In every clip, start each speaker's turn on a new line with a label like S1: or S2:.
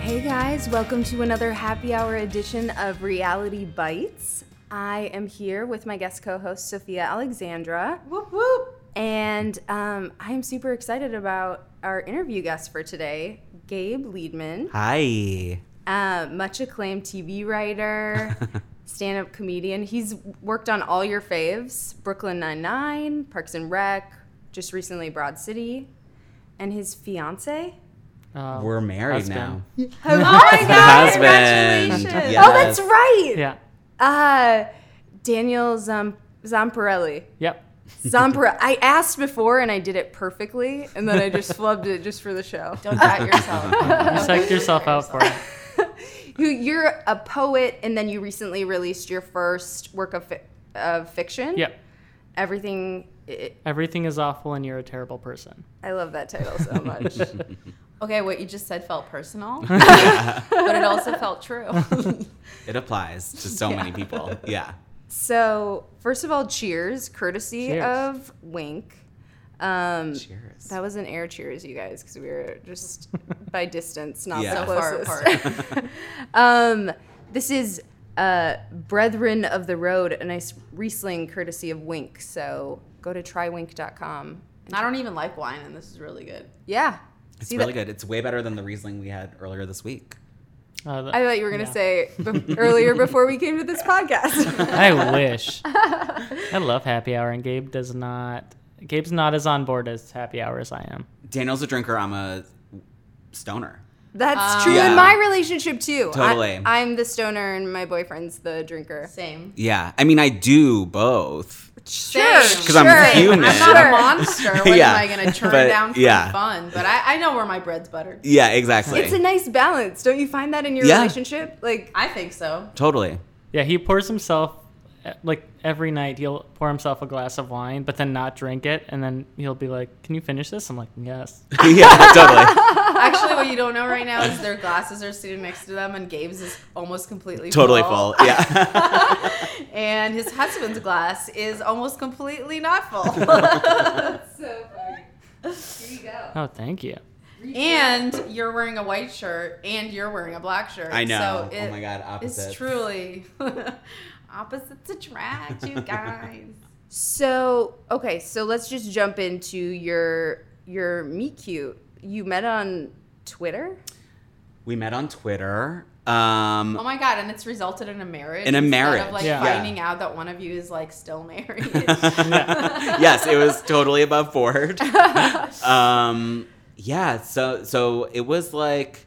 S1: Hey guys, welcome to another happy hour edition of Reality Bites. I am here with my guest co host, Sophia Alexandra.
S2: Whoop whoop.
S1: And um, I'm super excited about our interview guest for today, Gabe Liedman,
S3: Hi.
S1: uh, much acclaimed TV writer, stand up comedian. He's worked on all your faves Brooklyn Nine-Nine, Parks and Rec, just recently Broad City, and his fiance.
S2: Uh,
S3: We're married
S2: husband.
S3: now.
S1: Oh my
S3: The husband.
S1: Congratulations. Oh, that's
S3: Yes.
S1: right.
S2: Yeah.
S1: Uh, Daniel Zam- Zamparelli.
S2: Yep.
S1: Zampare- I asked before and I did it perfectly, and then I just flubbed it just for the show.
S4: Don't doubt yourself.
S2: You psyched yourself out for it.
S1: You, you're a poet, and then you recently released your first work of, fi- of fiction.
S2: Yep.
S1: Everything. It,
S2: Everything is awful and you're a terrible person.
S1: I love that title so much.
S4: Okay, what you just said felt personal, but it also felt true.
S3: It applies to so many people. Yeah.
S1: so, first of all, cheers, courtesy
S2: Cheers.
S1: of Wink. Um,
S3: Cheers.
S1: That was an air cheers, you guys, because we were just by distance, not
S3: Yeah.
S1: the
S3: So
S4: far
S1: closest. um, this is uh, Brethren of the Road, a nice Riesling courtesy of Wink. So go to trywink.com.
S4: I don't even like wine, and this is really good.
S1: Yeah.
S3: It's
S1: See
S3: really
S1: that?
S3: good. It's way better than the Riesling we had earlier this week.
S2: Uh, the-
S1: I thought you were going to
S2: Yeah.
S1: say be- earlier before we came to this podcast.
S2: I wish. I love happy hour, and Gabe does not. Gabe's not as on board as happy hour as I am.
S3: Daniel's a drinker. I'm a stoner.
S1: That's true in
S3: Yeah.
S1: my relationship, too.
S3: Totally.
S1: I, am the stoner and my boyfriend's the drinker.
S4: Same.
S3: Yeah. I mean, I do both.
S4: Sure.
S3: Because I'm human.
S4: I'm not a monster. What
S3: Yeah.
S4: am I going to turn
S3: But,
S4: down for
S3: yeah.
S4: fun? But I, I know where my bread's buttered.
S3: Yeah, exactly.
S1: It's a nice balance. Don't you find that in your
S3: Yeah.
S1: relationship? Like,
S4: I think so.
S3: totally.
S2: Yeah, he pours himself eh, like every night. He'll pour himself a glass of wine, but then not drink it, and then he'll be like, "Can you finish this?" I'm like, "Yes."
S3: yeah, totally.
S4: Actually, what you don't know right now is their glasses are sitting next to them, and Gabe's is almost completely
S3: Totally
S4: full.
S3: full. Yeah.
S4: And his husband's glass is almost completely not full.
S1: so funny. Here you go.
S2: Oh, thank you.
S4: and you're wearing a white shirt and you're wearing a black shirt.
S3: I know.
S4: So it
S3: oh my God.
S4: is
S3: Opposite.
S4: truly opposites attract, you guys.
S1: So okay, so let's just jump into your your meet cute. You met on Twitter.
S3: We met on Twitter. Um,
S4: Oh my god! And it's resulted in a marriage.
S3: In a
S4: instead
S3: marriage.
S4: of like
S2: Yeah.
S4: finding out that one of you is like still married.
S3: yes, it was totally above board. um, yeah, so so it was like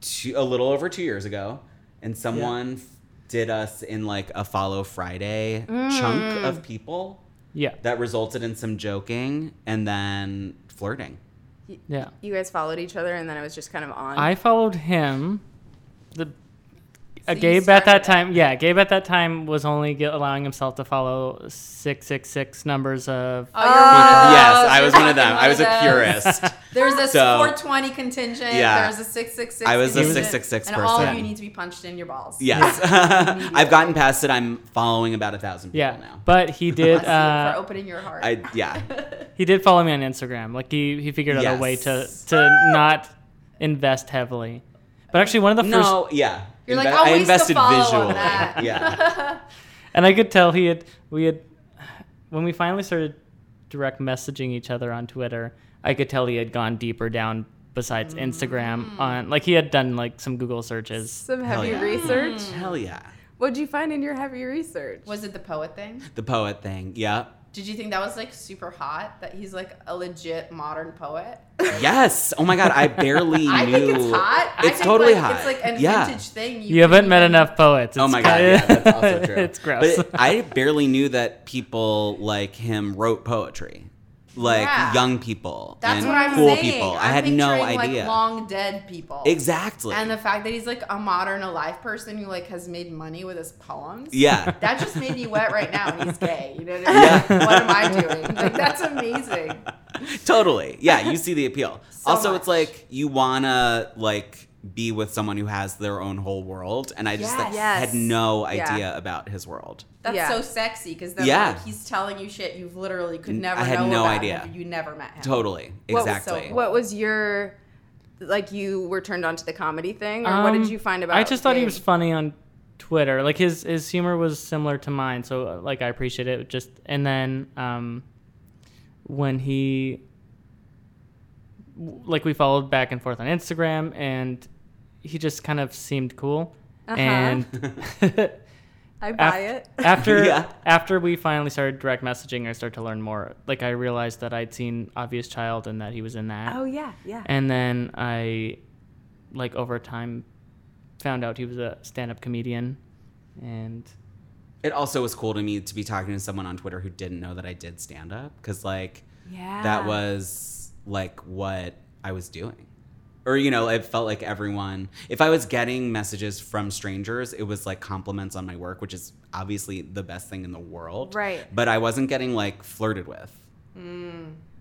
S3: two, a little over two years ago, and someone f- did us in like a follow Friday chunk
S4: Mm.
S3: of people
S2: Yeah,
S3: that resulted in some joking and then flirting.
S2: yeah.
S1: You guys followed each other, and then I was just kind of on.
S2: I followed him. The uh,
S4: you
S2: Gabe at that
S4: started it.
S2: time, yeah, Gabe at that time was only ge- allowing himself to follow six six six numbers of.
S4: Oh, you're
S3: yes,
S4: you're
S3: I was one
S4: fucking
S3: of them. I was a
S4: them.
S3: purist.
S4: There's a
S3: So-
S4: 420 contingent.
S3: Yeah.
S4: There's a 666.
S3: I was a
S4: contingent,
S3: 666
S4: And all of
S3: person.
S4: you need to be punched in your balls.
S3: yes, I've gotten past it. I'm following about a thousand people
S2: yeah,
S3: now.
S2: but he
S4: Bless
S2: did.
S4: you
S2: Uh,
S4: for opening your heart.
S3: I yeah.
S2: He did follow me on Instagram. Like he, he figured out a way to
S3: Yes.
S2: to not invest heavily. But actually, one of the first,
S3: No, yeah.
S4: You're like,
S3: Inve-
S4: I'll waste the follow on that.
S3: Yeah.
S2: and I could tell he had we had when we finally started direct messaging each other on Twitter. I could tell he had gone deeper down besides Instagram on like he had done like some Google searches.
S1: some heavy
S3: Oh, yeah. Mm.
S1: research.
S3: Hell yeah.
S1: What'd you find in your heavy research?
S4: Mm. was it the poet thing?
S3: The poet thing. Yeah.
S4: Did you think that was like super hot? That he's like a legit modern poet?
S3: Yes. Oh my god, I barely
S4: I
S3: knew.
S4: think it's hot. I
S3: It's
S4: think,
S3: totally
S4: like,
S3: hot.
S4: It's like an
S3: yeah.
S4: vintage thing.
S2: You haven't
S4: can
S2: met
S4: even-
S2: enough poets.
S3: Oh
S2: It's
S3: my god,
S2: kinda-
S3: yeah, that's also true.
S2: it's gross.
S3: But it- I barely knew that people like him wrote poetry. like
S4: Yeah.
S3: young people
S4: That's
S3: and
S4: what I'm
S3: cool
S4: saying.
S3: people. I
S4: I'm
S3: had no
S4: picturing,
S3: idea.
S4: Like long dead people.
S3: exactly.
S4: And the fact that he's like a modern, alive person who like has made money with his poems.
S3: yeah.
S4: That just made me wet right now. And he's gay. You know what I mean? Like, what am I doing? Like that's amazing.
S3: totally. Yeah, you see the appeal.
S4: So
S3: also, it's
S4: much.
S3: like you wanna like be with someone who has their own whole world, and I just like,
S1: Yes.
S3: had no
S1: Yes.
S3: idea about his world.
S4: That's
S1: Yeah.
S4: so sexy because then
S3: Yeah.
S4: like, he's telling you shit you've literally could
S3: N-
S4: never.
S3: I had
S4: know
S3: no
S4: about
S3: idea.
S4: him if You never met him.
S3: Totally.
S1: What was-
S3: Exactly.
S4: so-
S1: What was your like you were turned on to the comedy thing or what
S2: Um,
S1: did you find about
S2: I just thought he
S1: Gabe?
S2: was funny on Twitter. Like his his humor was similar to mine, so uh, like I appreciate it. Just and then um, when he w- like we followed back and forth on Instagram, and he just kind of seemed cool.
S1: Uh-huh.
S2: And
S1: I buy
S2: af-
S1: it.
S2: after
S3: Yeah.
S2: after we finally started direct messaging, I started to learn more. Like I realized that I'd seen Obvious Child and that he was in that.
S1: Oh yeah, yeah.
S2: And then I, like over time, found out he was a stand-up comedian, and
S3: It also was cool to me to be talking to someone on Twitter who didn't know that I did stand up because like
S1: yeah.
S3: that was like what I was doing. Or, you know, it felt like everyone, if I was getting messages from strangers, it was like compliments on my work, which is obviously the best thing in the world.
S1: Right.
S3: But I wasn't getting like flirted with.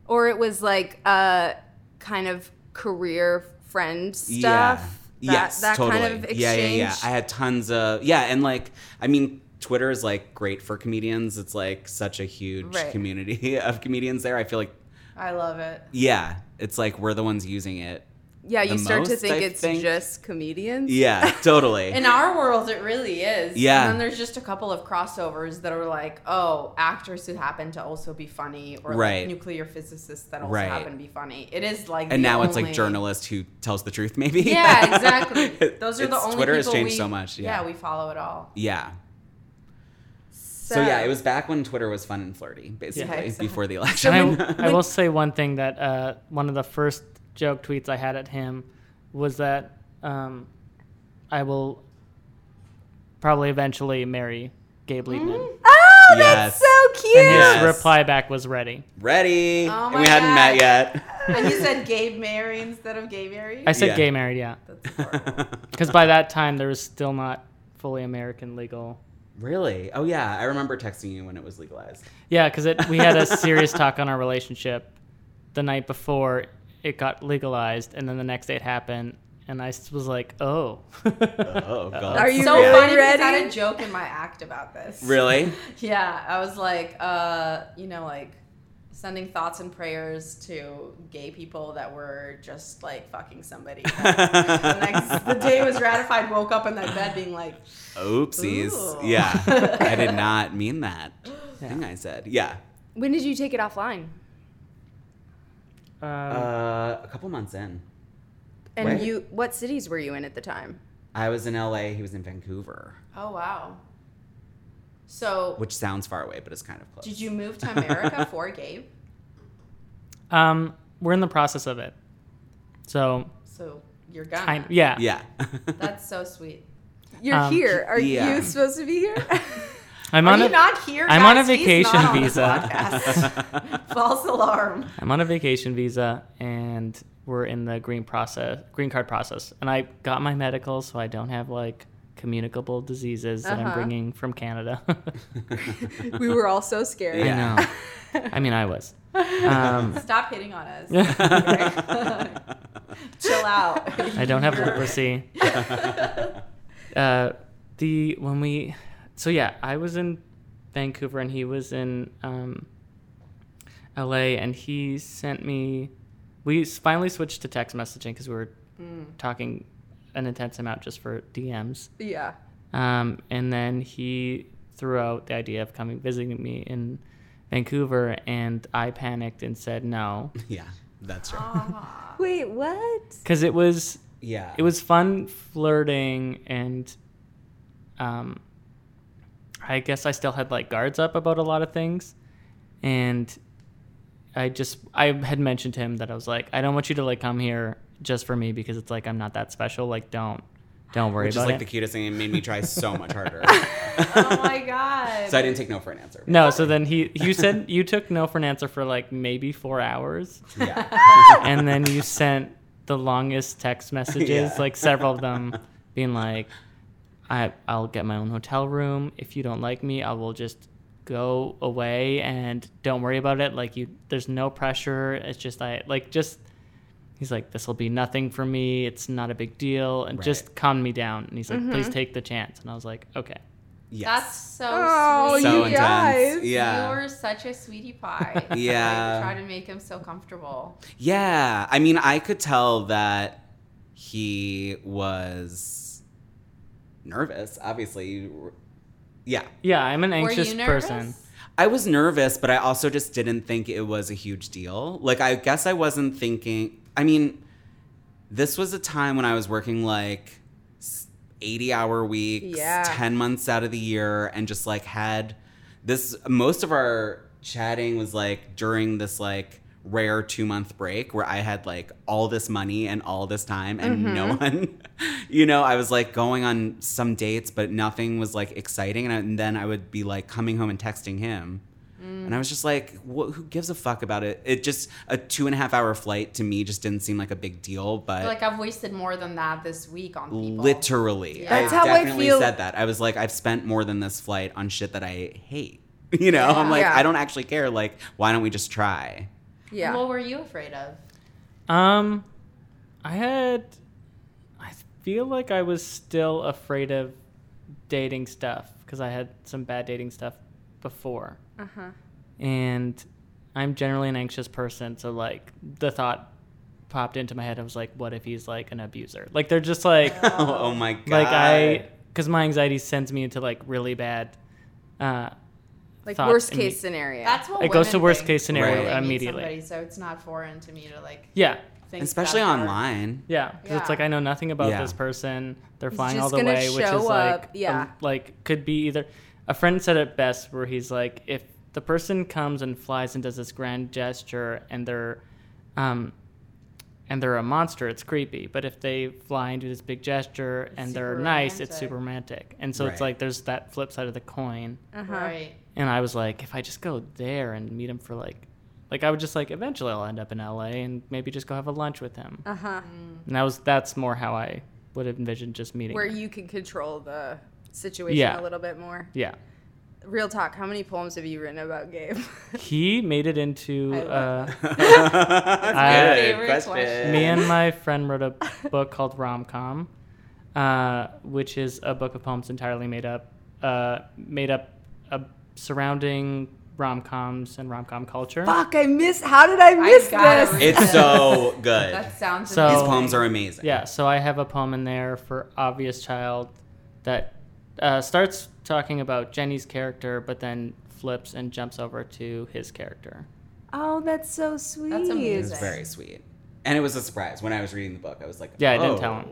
S1: or it was like a kind of career friend stuff.
S3: Yeah.
S1: That,
S3: yes,
S1: that
S3: totally.
S1: kind of exchange.
S3: Yeah, yeah, yeah. I had tons of, yeah. And like, I mean, Twitter is like great for comedians. It's like such a huge
S1: Right.
S3: community of comedians there. I feel like,
S4: I love it.
S3: yeah, it's like we're the ones using it.
S1: Yeah, you
S3: the
S1: start to
S3: most,
S1: think
S3: I
S1: it's
S3: think.
S1: just comedians.
S3: Yeah, totally.
S4: In our world, it really is.
S3: Yeah.
S4: And then there's just a couple of crossovers that are like, oh, actors who happen to also be funny, or
S3: Right.
S4: like nuclear physicists that also
S3: Right.
S4: happen to be funny. It is like.
S3: and
S4: the
S3: now it's like
S4: only-
S3: journalist who tells the truth maybe
S4: Yeah, exactly. Those are the
S3: It's-
S4: only.
S3: twitter has
S4: people
S3: changed
S4: we-
S3: so much yeah
S4: we follow it all.
S3: yeah so, yeah it was back when twitter was fun and flirty basically
S4: exactly.
S3: before the election
S2: and I, I will say one thing that uh, one of the first joke tweets I had at him was that um, I will probably eventually marry Gabe Liebman,
S1: Oh, that's
S3: Yes.
S1: so cute.
S2: and his
S3: Yes.
S2: reply back was ready.
S3: ready
S4: Oh
S3: and
S4: my
S3: we hadn't
S4: God.
S3: met yet
S4: and you said Gabe Mary instead of Gay Mary.
S2: I said
S3: Yeah.
S2: gay married, yeah,
S4: That's horrible.
S2: because by that time there was still not fully American legal.
S3: really oh yeah i remember texting you when it was legalized
S2: Yeah, because we had a serious talk on our relationship the night before it got legalized, and then the next day it happened, and I s- was like, "Oh,
S3: oh god
S1: Are you
S4: so
S1: really
S4: funny. because
S1: ready?
S4: I had a joke in my act about this.
S3: really
S4: Yeah, I was like, uh, you know, like sending thoughts and prayers to gay people that were just like fucking somebody. the next the day was ratified, woke up in that bed being like,
S3: oopsies
S4: Ooh.
S3: yeah i did not mean that thing i said yeah
S1: When did you take it offline?
S2: Um,
S3: uh, a couple months in
S1: And
S3: Right.
S1: you, what cities were you in at the time?
S3: i was in la he was in vancouver
S4: Oh wow. So
S3: which sounds far away, but it's kind of close.
S4: did you move to America for Gabe?
S2: um, we're in the process of it, so
S4: So you're gonna.
S2: time, yeah,
S3: Yeah.
S4: That's so sweet.
S1: You're
S2: Um,
S1: here. Are
S3: yeah.
S1: you supposed to be here?
S2: I'm
S4: Are
S2: on
S4: you
S2: a,
S4: not here?
S2: I'm on a
S4: guys? He's not
S2: vacation
S4: on the
S2: visa.
S4: podcast. False alarm.
S2: I'm on a vacation visa, and we're in the green process, green card process, and I got my medical, so I don't have like communicable diseases that I'm
S1: Uh-huh.
S2: bringing from Canada.
S1: we were all so scared.
S3: Yeah.
S2: I know. I mean, I was. Um,
S4: Stop hitting on us. Chill out.
S2: I don't have leprosy. Uh, the when we, so yeah, I was in Vancouver and he was in um, L.A. and he sent me. We s- finally switched to text messaging because we were talking an intense amount just for DMs.
S1: Yeah.
S2: Um, and then he threw out the idea of coming visiting me in Vancouver, and I panicked and said no
S3: yeah, that's true.
S4: Uh-huh.
S1: Wait, what?
S2: because it was
S3: Yeah.
S2: it was fun flirting and um i guess i still had like guards up about a lot of things and i just i had mentioned to him that i was like i don't want you to like come here just for me because it's like i'm not that special like don't Don't worry
S3: which is
S2: about
S3: like
S2: it.
S3: the cutest thing. It made me try so much harder.
S4: Oh my god.
S3: so I didn't take no for an answer.
S2: no, so then he you said you took no for an answer for like maybe four hours,
S3: Yeah.
S2: and then you sent the longest text messages,
S3: Yeah.
S2: like several of them, being like, I I'll get my own hotel room. If you don't like me, I will just go away and don't worry about it. Like you, there's no pressure. It's just I like just. He's like, this will be nothing for me. It's not a big deal, and just
S3: Right.
S2: calm me down. And he's like, please
S4: Mm-hmm.
S2: take the chance. And I was like, okay.
S4: That's
S3: Yes.
S4: so
S1: Oh,
S4: sweet.
S3: so
S1: you
S3: intense.
S1: guys.
S3: Yeah.
S4: You were such a sweetie pie.
S3: Yeah.
S4: Like, try to make him so comfortable.
S3: Yeah, I mean, I could tell that he was nervous. Obviously, yeah,
S2: Yeah, I'm an anxious
S4: were you nervous?
S2: person.
S3: I was nervous, but I also just didn't think it was a huge deal. Like, I guess I wasn't thinking. I mean, this was a time when I was working like s- 80 hour weeks,
S1: Yeah.
S3: 10 months out of the year, and just like had this. Most of our chatting was like during this like rare two month break where I had like all this money and all this time and no one, you know, I was like going on some dates, but nothing was like exciting. And, I, and then I would be like coming home and texting him. And I was just like, wh- who gives a fuck about it? It just, a two and a half hour flight to me just didn't seem like a big deal, but
S4: You're like I've wasted more than that this week on people.
S3: literally.
S4: Yeah.
S1: That's
S3: I
S1: how I
S3: definitely
S1: feel-
S3: said that. I was like, I've spent more than this flight on shit that I hate. You know, I'm like,
S1: Yeah.
S3: I don't actually care. Like, why don't we just try?
S1: Yeah.
S4: What were you afraid of?
S2: Um, I had. I feel like I was still afraid of dating stuff because I had some bad dating stuff before,
S1: uh huh.
S2: and I'm generally an anxious person. So like the thought popped into my head. I was like, what if he's like an abuser? Like they're just like
S3: Oh, my god!
S2: like I because my anxiety sends me into like really bad. Uh,
S1: Like
S2: thought
S1: worst
S2: imme-
S1: case scenario.
S4: That's what
S2: It goes
S4: women
S2: to worst
S4: think
S2: case
S4: when
S2: scenario
S4: they meet
S2: immediately.
S4: somebody, so it's not foreign to me to like
S2: Yeah,
S4: think
S3: especially
S4: that hard.
S3: online.
S2: Yeah, 'cause
S4: Yeah.
S2: it's like I know nothing about
S3: Yeah.
S2: this person. They're flying all
S1: just
S2: the
S1: gonna
S2: way, which is
S1: show
S2: like,
S1: up, yeah.
S2: a- like could be either. A friend said it best, where he's like, if the person comes and flies and does this grand gesture, and they're, um, and they're a monster, it's creepy. But if they fly and do this big gesture and they're
S4: super
S2: nice, it's
S4: romantic.
S2: super romantic. And so
S3: Right.
S2: it's like there's that flip side of the coin.
S1: uh-huh.
S4: Right.
S2: And I was like, if I just go there and meet him for like, like I would just like eventually I'll end up in LA and maybe just go have a lunch with him.
S1: Uh huh.
S4: Mm.
S2: And that was that's more how I would have envisioned just meeting.
S1: Where
S2: her.
S1: you can control the situation
S2: Yeah.
S1: a little bit more.
S2: yeah,
S1: Real talk. How many poems have you written about Gabe?
S2: he made it into.
S4: I love
S2: Uh,
S3: That's
S2: my
S3: good
S4: favorite
S3: question.
S4: question.
S2: me and my friend wrote a book called Rom Com, uh, which is a book of poems entirely made up, uh, made up uh, surrounding rom coms and rom com culture.
S1: Fuck! I miss. How did I miss
S4: gotta
S1: this?
S4: read
S3: It's uh, so good.
S4: That sounds
S2: So-
S3: These
S4: amazing.
S3: poems are amazing.
S2: Yeah, so I have a poem in there for Obvious Child that uh, starts talking about Jenny's character, but then flips and jumps over to his character.
S1: oh, that's so sweet.
S3: It was
S4: amazing.
S3: very sweet. And it was a surprise when I was reading the book. I was like,
S2: Yeah, I
S3: oh.
S2: didn't tell him.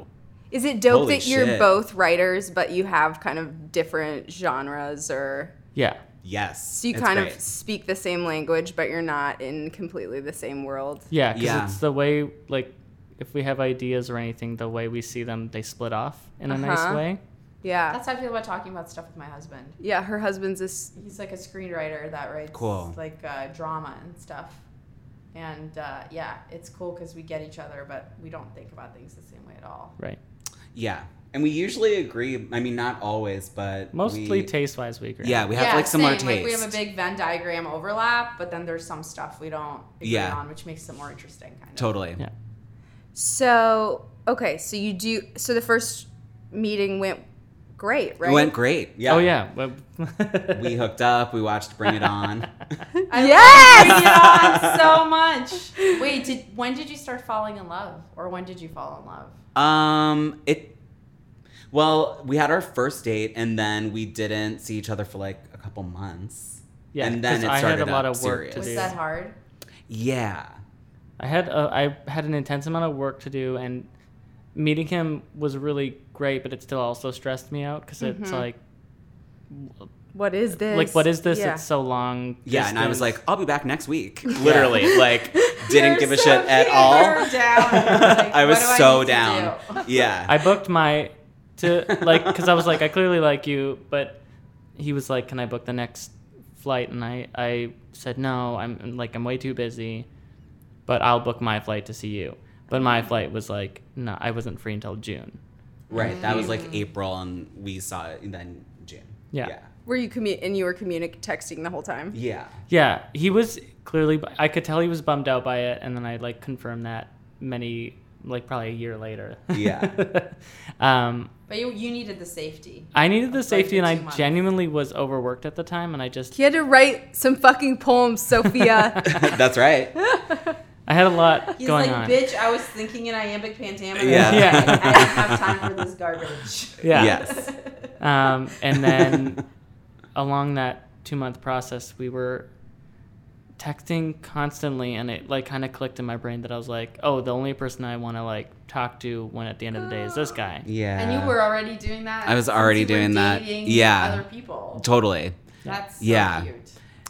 S1: Is it dope
S3: Holy
S1: that you're
S3: shit.
S1: both writers, but you have kind of different genres, or
S2: Yeah.
S3: Yes.
S1: so you
S3: it's
S1: kind
S3: great.
S1: of speak the same language, but you're not in completely the same world?
S2: Yeah, because
S3: Yeah.
S2: it's the way like if we have ideas or anything, the way we see them, they split off in a nice
S1: Uh-huh.
S2: way.
S1: Yeah.
S4: That's how I feel about talking about stuff with my husband.
S1: yeah. Her husband's this.
S4: He's like a screenwriter that writes
S3: Cool.
S4: like uh, drama and stuff. And uh, yeah, it's cool because we get each other, but we don't think about things the same way at all.
S2: Right.
S3: Yeah. And we usually agree. I mean, not always, but.
S2: Mostly
S3: we-
S2: taste wise, we agree.
S3: Yeah, we have
S4: yeah,
S3: like similar
S4: same.
S3: taste.
S4: Like we have a big Venn diagram overlap, but then there's some stuff we don't agree
S3: Yeah.
S4: on, which makes it more interesting. Kind of.
S3: Totally.
S2: Yeah.
S1: So okay. So you do. So the first meeting went great, right?
S3: It went great. Yeah.
S2: Oh yeah. Well-
S3: We hooked up. We watched Bring It On.
S4: I
S1: Yes!
S4: love Bring It On so much. Wait, did, when did you start falling in love, or when did you fall in love?
S3: Um, it. Well, we had our first date, and then we didn't see each other for like a couple months.
S2: yeah.
S3: And then
S2: 'cause
S3: it
S2: I had
S3: started
S2: a lot
S3: up
S2: of work to
S3: serious.
S4: Was
S2: do.
S4: that hard?
S3: Yeah.
S2: I had a, I had an intense amount of work to do, and meeting him was really great, but it still also stressed me out because
S3: Mm-hmm.
S2: it's like
S1: What is this?
S2: like what is this?
S1: Yeah.
S2: It's so long.
S3: Yeah, and I was
S2: distance.
S3: like, I'll be back next week. Literally, like, didn't
S4: You're
S3: give a
S4: so
S3: shit at
S4: cute.
S3: all.
S4: You're down. You're like,
S3: I was
S4: "What do
S3: so
S4: need to
S3: down.
S4: do?"
S3: yeah.
S2: I booked my to like because I was like I clearly like you, but he was like, "Can I book the next flight?" And I I said no. I'm like I'm way too busy, but I'll book my flight to see you. But my flight was like no, I wasn't free until June.
S3: Right. That was like April, and we saw it in then June.
S2: Yeah.
S3: Yeah.
S1: Were you commu- and you were communic- texting the whole time?
S3: Yeah.
S2: Yeah, he was clearly. I could tell he was bummed out by it, and then I like confirmed that many like probably a year later.
S3: Yeah.
S2: um,
S4: But you, you needed the safety.
S2: I needed the safety, and I
S4: too much.
S2: genuinely was overworked at the time, and I just
S1: He had to write some fucking poems, Sophia.
S3: That's right.
S2: I had a lot
S4: He's
S2: going
S4: like,
S2: on.
S4: bitch, I was thinking in iambic pentameter.
S3: Yeah.
S4: I
S2: Yeah.
S4: didn't have time for this garbage.
S2: Yeah.
S3: Yes.
S2: Um, and then along that two month process, we were texting constantly, and it like kind of clicked in my brain that I was like, oh, the only person I want to like talk to when at the end of the day is this guy.
S3: Yeah.
S4: And you were already doing that.
S3: I was
S4: since
S3: already
S4: you were
S3: doing that.
S4: dating
S3: Yeah.
S4: Other people.
S3: totally.
S4: That's so
S3: Yeah.
S4: cute.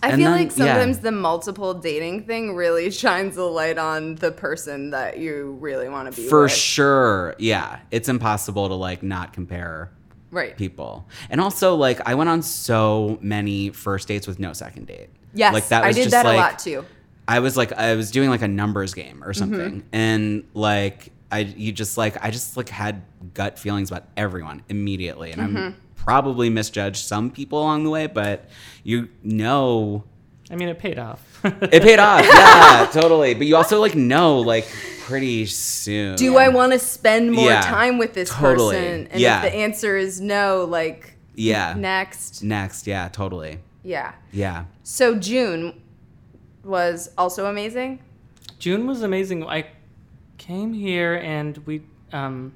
S1: I
S3: And
S1: feel
S3: then-
S1: like
S3: yeah.
S1: sometimes the multiple dating thing really shines a light on the person that you really want to be
S3: For
S1: with.
S3: sure. Yeah. It's impossible to like not compare
S1: Right.
S3: people. And also like I went on so many first dates with no second date.
S1: Yes.
S3: Like that was
S1: I did
S3: just
S1: that
S3: like
S1: a lot too. Mm-hmm.
S3: I was like I was doing like a numbers game or something. And like I you just like I just like had gut feelings about everyone immediately. And
S1: Mm-hmm.
S3: I'm probably misjudged some people along the way, but you know
S2: I mean, it paid off.
S3: it paid off. Yeah, totally. But you also like know like pretty soon.
S1: Do I want to spend more
S3: Yeah.
S1: time with this
S3: Totally.
S1: person? And
S3: Yeah.
S1: if the answer is no, like
S3: Yeah.
S1: next.
S3: Next, yeah, totally.
S1: Yeah.
S3: Yeah.
S1: So June was also amazing.
S2: June was amazing. I came here and we um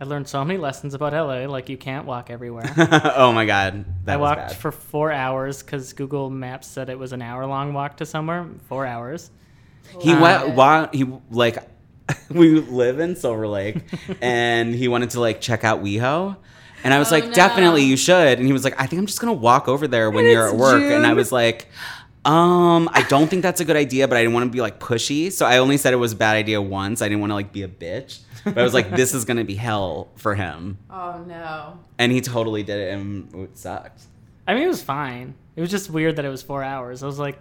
S2: I learned so many lessons about LA. Like you can't walk everywhere.
S3: oh my god. That
S2: I
S3: was
S2: walked
S3: bad.
S2: for four hours because Google Maps said it was an hour long walk to somewhere. Four hours.
S3: He went while he like we live in Silver Lake and he wanted to like check out WeHo. And I was like,
S4: no.
S3: definitely you should. And he was like, I think I'm just gonna walk over there when
S1: And
S3: you're
S1: it's
S3: at work. And I
S1: June.
S3: was like, um, I don't think that's a good idea, but I didn't want to be like pushy. So I only said it was a bad idea once. I didn't want to like be a bitch. But I was like, this is gonna be hell for him.
S4: Oh no.
S3: And he totally did it and it sucked.
S2: I mean it was fine. It was just weird that it was four hours. I was like,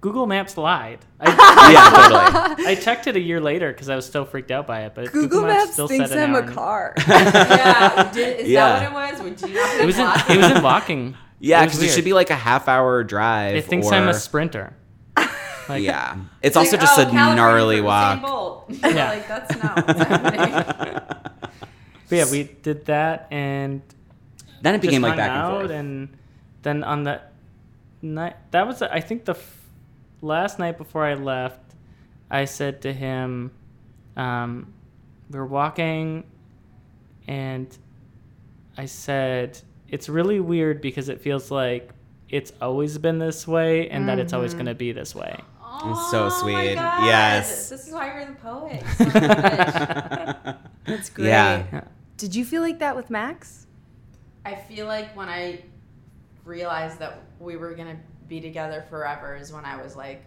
S2: Google Maps lied. I,
S3: Yeah, totally.
S2: I checked it a year later because I was still freaked out by it. But
S1: Google, Maps, thinks
S2: an
S1: I'm
S2: hour
S1: a
S2: and-
S1: car.
S4: Yeah. Did, is
S3: Yeah.
S4: that what it was? Would you not
S2: It was in,
S4: block
S2: it was in walking.
S3: Yeah,
S2: was
S3: because it,
S2: weird.
S3: should be like a half hour drive.
S2: It thinks I'm
S3: or-
S2: a sprinter. Like,
S3: Yeah, it's also
S4: Like,
S3: just
S4: oh,
S3: a
S4: California
S3: gnarly
S4: from
S3: walk.
S4: Usain Bolt.
S2: Yeah.
S4: like that's not what's happening.
S2: But yeah, we did that and
S3: Then it
S2: just
S3: became like
S2: hung
S3: back and
S2: out
S3: forth.
S2: and then on the night that was I think the f- last night before I left, I said to him, um, we were walking, and I said it's really weird because it feels like it's always been this way and that it's always going to be this way.
S4: Oh,
S3: so
S4: My
S3: sweet.
S4: God.
S3: Yes.
S4: This is why you're the poet. Son of a bitch.
S1: That's great.
S3: Yeah.
S1: Did you feel like that with Max?
S4: I feel like when I realized that we were gonna be together forever is when I was like,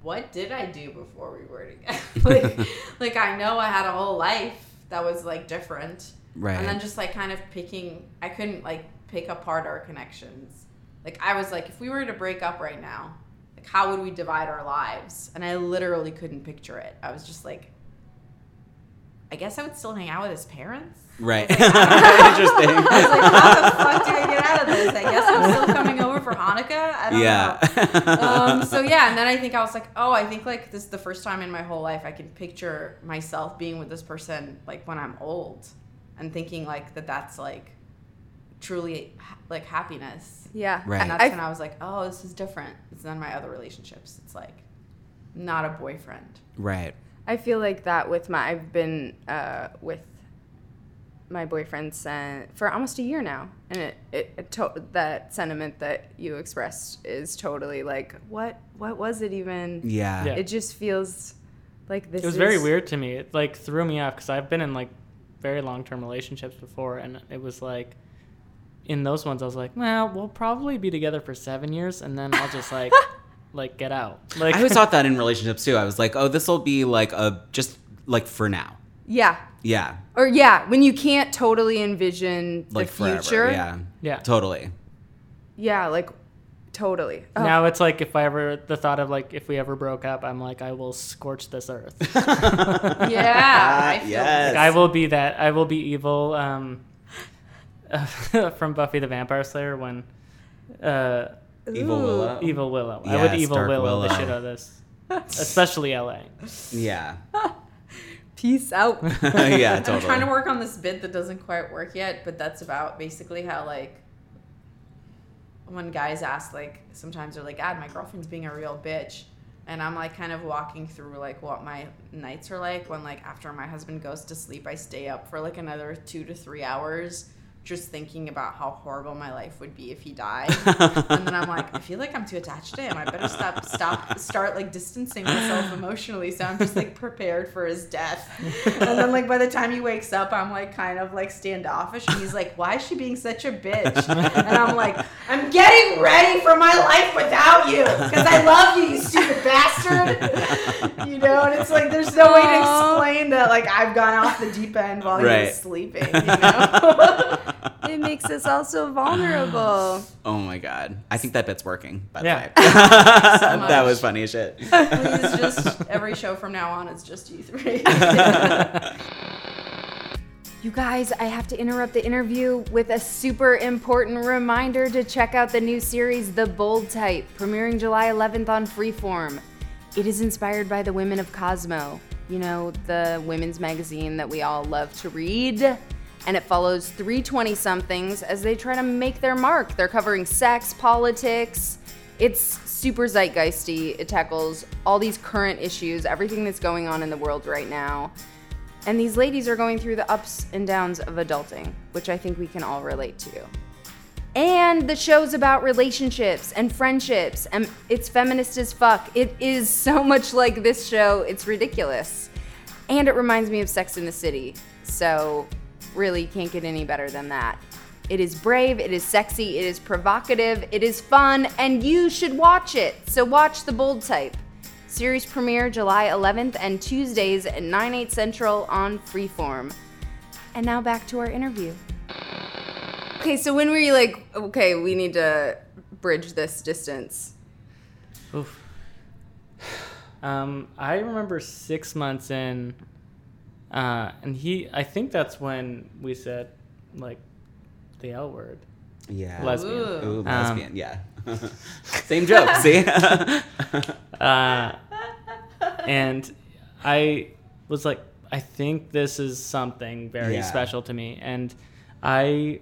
S4: what did I do before we were together? like, like I know I had a whole life that was like different, and then
S3: right.
S4: just like kind of picking, I couldn't like pick apart our connections. Like I was like, if we were to break up right now, like how would we divide our lives? And I literally couldn't picture it. I was just like. I guess I would still hang out with his parents.
S3: Right. Interesting.
S4: I was like, how the fuck do I get out of this? I guess I'm still coming over for Hanukkah. I don't
S3: Yeah.
S4: know. Um, so yeah, and then I think I was like, oh, I think like this is the first time in my whole life I can picture myself being with this person like when I'm old, and thinking like that that's like truly ha- like happiness.
S1: Yeah.
S3: Right.
S4: And that's
S1: I-
S4: when I was like, oh, this is different than my other relationships. It's like not a boyfriend.
S3: right.
S1: I feel like that with my I've been uh, with my boyfriend sen- for almost a year now, and it, it, it to- that sentiment that you expressed is totally like what what was it even?
S3: Yeah.
S2: Yeah.
S1: It just feels like this.
S2: It was
S1: is-
S2: very weird to me. It like threw me off because I've been in like very long term relationships before, and it was like in those ones I was like, well, we'll probably be together for seven years, and then I'll just like like get out. Like
S3: I always thought that in relationships too. I was like, oh, this will be like a just like for now.
S1: Yeah.
S3: Yeah.
S1: Or yeah, when you can't totally envision
S3: Like
S1: the
S3: forever.
S1: future.
S3: Yeah.
S2: Yeah.
S3: Totally.
S1: Yeah, like totally. Oh,
S2: Now it's like if I ever the thought of like if we ever broke up, I'm like I will scorch this earth.
S4: Yeah. I feel
S3: yes.
S2: I will be that. I will be evil. Um, from Buffy the Vampire Slayer when uh,
S3: Evil
S1: Ooh.
S3: Willow.
S2: evil Willow. I
S3: Yes,
S2: would evil
S3: Dark
S2: Willow, the
S3: Willow.
S2: shit out of this, especially L.A.
S3: Yeah.
S1: peace out.
S3: yeah. Totally.
S4: I'm trying to work on this bit that doesn't quite work yet, but that's about basically how like when guys ask like sometimes they're like, "God, my girlfriend's being a real bitch," and I'm like kind of walking through like what my nights are like when like after my husband goes to sleep, I stay up for like another two to three hours. Just thinking about how horrible my life would be if he died, and then I'm like, I feel like I'm too attached to him. I better stop, stop, start like distancing myself emotionally. So I'm just like prepared for his death. And then like by the time he wakes up, I'm like kind of like standoffish, and he's like, "Why is she being such a bitch?" And I'm like, "I'm getting ready for my life without you because I love you, you stupid bastard." You know, and it's like there's no way to
S1: Aw.
S4: explain that like I've gone off the deep end while he
S3: Right.
S4: was sleeping. You know.
S1: it makes us all so vulnerable.
S3: oh my god. I think that bit's working. By
S2: Yeah.
S3: The way. that
S4: much.
S3: was funny as shit.
S4: Please just every show from now on it's just you three.
S1: You guys, I have to interrupt the interview with a super important reminder to check out the new series, The Bold Type, premiering July 11th on Freeform. It is inspired by the women of Cosmo, you know, the women's magazine that we all love to read. And it follows 320 somethings as they try to make their mark. They're covering sex, politics. It's super zeitgeisty. It tackles all these current issues, everything that's going on in the world right now. And these ladies are going through the ups and downs of adulting, which I think we can all relate to. And the show's about relationships and friendships, and it's feminist as fuck. It is so much like this show, it's ridiculous. And it reminds me of Sex in the City, so really can't get any better than that. It is brave, it is sexy, it is provocative, it is fun, and you should watch it. So watch The Bold Type. Series premiere July 11th and Tuesdays at 9, 8 central on Freeform. And now back to our interview. Okay, so when were you like, okay, we need to bridge this distance?
S2: Oof. Um, I remember six months in, uh, and he. I think that's when we said, like, the L word,
S3: Yeah.
S2: lesbian.
S4: Ooh.
S3: Ooh,
S1: Um,
S3: lesbian. yeah. Same joke. See.
S2: Uh, and I was like, I think this is something very
S3: Yeah.
S2: special to me, and I,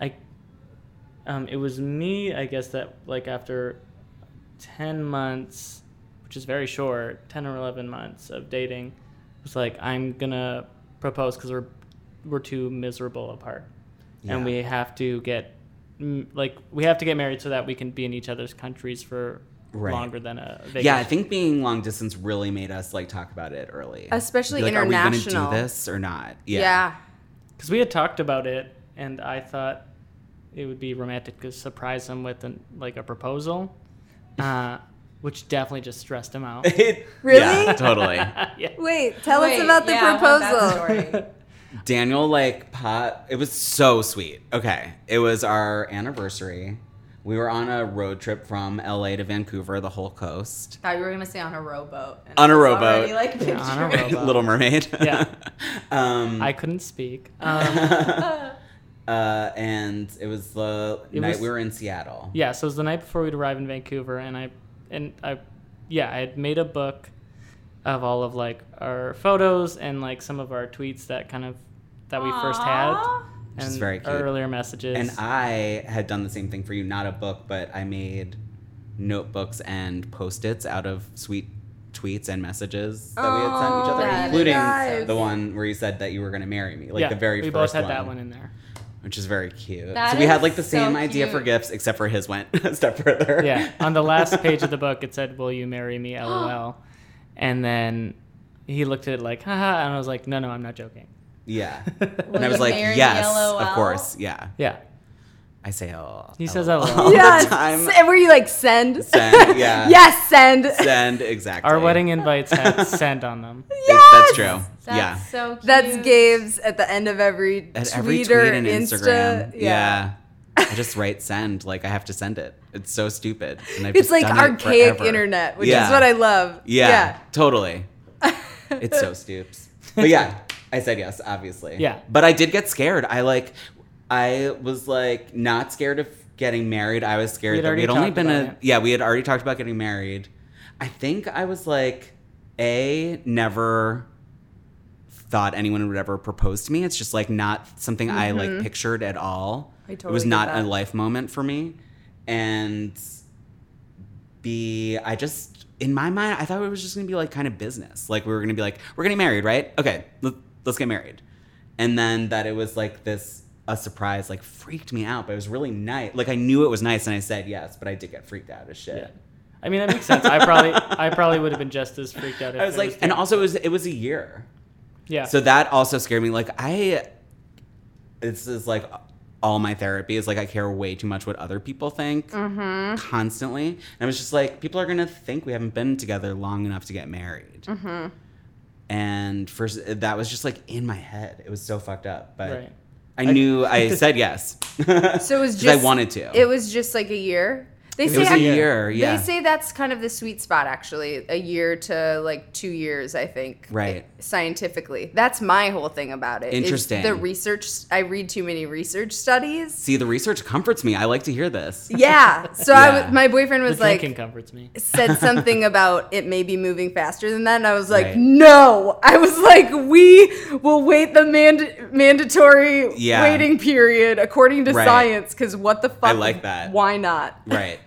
S2: I, um, it was me, I guess that like after ten months, which is very short, ten or eleven months of dating, was like, I'm gonna propose because we're we're too miserable apart, and
S3: Yeah.
S2: we have to get. mm, Like we have to get married so that we can be in each other's countries for
S3: Right.
S2: longer than a vacation.
S3: yeah, I think being long distance really made us like talk about it early,
S1: Especially
S3: Be like, Are we
S1: international.
S3: gonna do this or not? Yeah.
S2: Because we had talked about it, and I thought it would be romantic to surprise him with an, like a proposal, uh, which definitely just stressed him out.
S3: It- Yeah,
S1: Really?
S3: totally.
S2: yeah.
S1: Wait, tell
S4: Wait,
S1: us about the
S4: yeah, I want that
S1: proposal.
S4: story.
S3: Daniel like pot. It was so sweet. Okay, it was our anniversary. We were on a road trip from LA to Vancouver, the whole coast.
S4: Thought you were gonna say on a rowboat. and
S3: On a
S4: I was
S3: rowboat.
S4: already, like
S2: Yeah, on a
S4: picturing-
S2: rowboat. Wow.
S3: Little Mermaid.
S2: Yeah.
S3: um,
S2: I couldn't speak. Um,
S3: uh, and it was the
S2: It
S3: night
S2: was-
S3: we were in Seattle.
S2: yeah, so it was the night before we'd arrive in Vancouver, and I and I, yeah, I had made a book of all of like our photos and like some of our tweets that kind of that we first had,
S4: Aw.
S2: and
S3: is very
S2: our
S3: cute.
S2: earlier messages.
S3: And I had done the same thing for you, not a book, but I made notebooks and post-its out of sweet tweets and messages that we had sent each
S1: Oh,
S3: other,
S1: that
S3: including
S4: is-
S3: the one where you said that you were going to marry me, like
S2: yeah,
S3: the very
S2: we both
S3: first
S2: had
S3: one,
S2: that one in there.
S3: which is very cute.
S4: That
S3: so we
S4: is
S3: had like the
S4: so
S3: same idea for
S4: cute.
S3: gifts, except for his went a step further.
S2: yeah on the last page of the book it said will you marry me lol and then he looked at it like haha and i was like no no i'm not joking
S3: yeah.
S4: Will
S3: and I was
S4: you
S3: like,
S4: marry me,
S3: yes,
S4: LOL?
S3: of course, yeah.
S2: yeah
S3: I say oh.
S2: He says,
S3: LOL
S2: "Oh,
S3: all
S1: yes.
S3: the time.
S1: And were you like send?
S3: Send, yeah.
S1: yes, send.
S3: Send exactly.
S2: Our wedding invites had send on them.
S3: It's- That's true.
S4: That's
S3: yeah.
S4: so cute.
S1: That's Gabe's at the end of every
S3: At
S1: tweeter,
S3: every tweet and
S1: Insta.
S3: Instagram. Yeah. I just write send. Like I have to send it. It's so stupid. And I've
S1: It's
S3: just
S1: like
S3: done it
S1: archaic
S3: forever.
S1: internet, which
S3: Yeah.
S1: is what I love.
S3: Yeah, Totally. It's so stoops. But yeah, I said yes, obviously.
S2: Yeah.
S3: But I did get scared. I like I was like not scared of getting married. I was scared
S2: We'd
S3: that we
S2: already
S3: had only
S2: talked
S3: been
S2: about
S3: a
S2: it.
S3: yeah, we had already talked about getting married. I think I was like A never thought anyone would ever propose to me. It's just like not something I
S2: Mm-hmm.
S3: like pictured at all.
S1: I
S3: it
S1: totally
S3: was
S1: get
S3: not a
S1: that.
S3: life moment for me. And be I just in my mind I thought it was just gonna be like kind of business. Like we were gonna be like we're getting married, right? Okay, let, let's get married. And then that it was like this a surprise like freaked me out, but it was really nice. Like I knew it was nice and I said yes, but I did get freaked out as shit.
S2: Yeah. I mean, that makes sense. I probably, I probably would have been just as freaked out. If
S3: I was
S2: it
S3: like,
S2: the-
S3: and also it was it was a year.
S2: yeah.
S3: So that also scared me. Like I, this is like all my therapy is like I care way too much what other people think
S2: Mm-hmm.
S3: constantly, and I was just like, people are gonna think we haven't been together long enough to get married.
S2: Mm-hmm.
S3: And first, that was just like in my head. It was so fucked up, but
S2: Right.
S3: I knew I, said yes.
S1: So it was
S3: 'Cause
S1: just
S3: I wanted to.
S1: It was just like a year. They
S3: It was a
S1: act-
S3: year, yeah.
S1: They say that's kind of the sweet spot, actually, a year to like two years, I think.
S3: Right.
S1: Scientifically, that's my whole thing about it. is
S3: Interesting.
S1: The research. I read too many research studies.
S3: See, the research comforts me. I like to hear this.
S1: Yeah. So I
S3: Yeah.
S1: was, my boyfriend was
S2: the
S1: like,
S2: drinking comforts me.
S1: said something about it maybe moving faster than that and i was like
S3: Right.
S1: no i was like we will wait the mand- mandatory
S3: Yeah.
S1: waiting period according to
S3: Right.
S1: science because what the fuck
S3: like that.
S1: why not
S3: Right.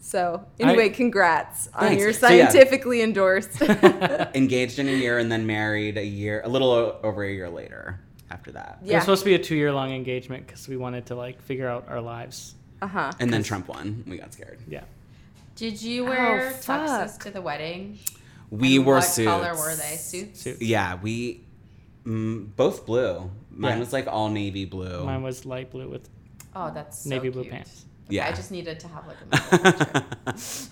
S1: so anyway
S2: I-
S1: congrats on
S3: Thanks.
S1: your
S3: So, yeah.
S1: scientifically endorsed
S3: Engaged in a year and then married a year, a little o- over a year later after that.
S2: It was
S1: yeah
S2: supposed to be a two-year-long engagement because we wanted to like figure out our lives.
S1: uh-huh
S3: And then Trump won. We got scared.
S2: Yeah.
S4: Did you wear
S1: Oh, fuck.
S4: tuxes to the wedding?
S3: We
S4: And
S3: were
S4: what
S3: suits.
S4: color were they? Suits.
S2: Suit.
S3: Yeah, we mm, both blue. Mine
S2: Yeah.
S3: was like all navy blue.
S2: Mine was light blue with
S4: Oh, that's so
S2: navy blue
S4: cute.
S2: pants.
S3: yeah.
S4: I just needed to have like a middle picture.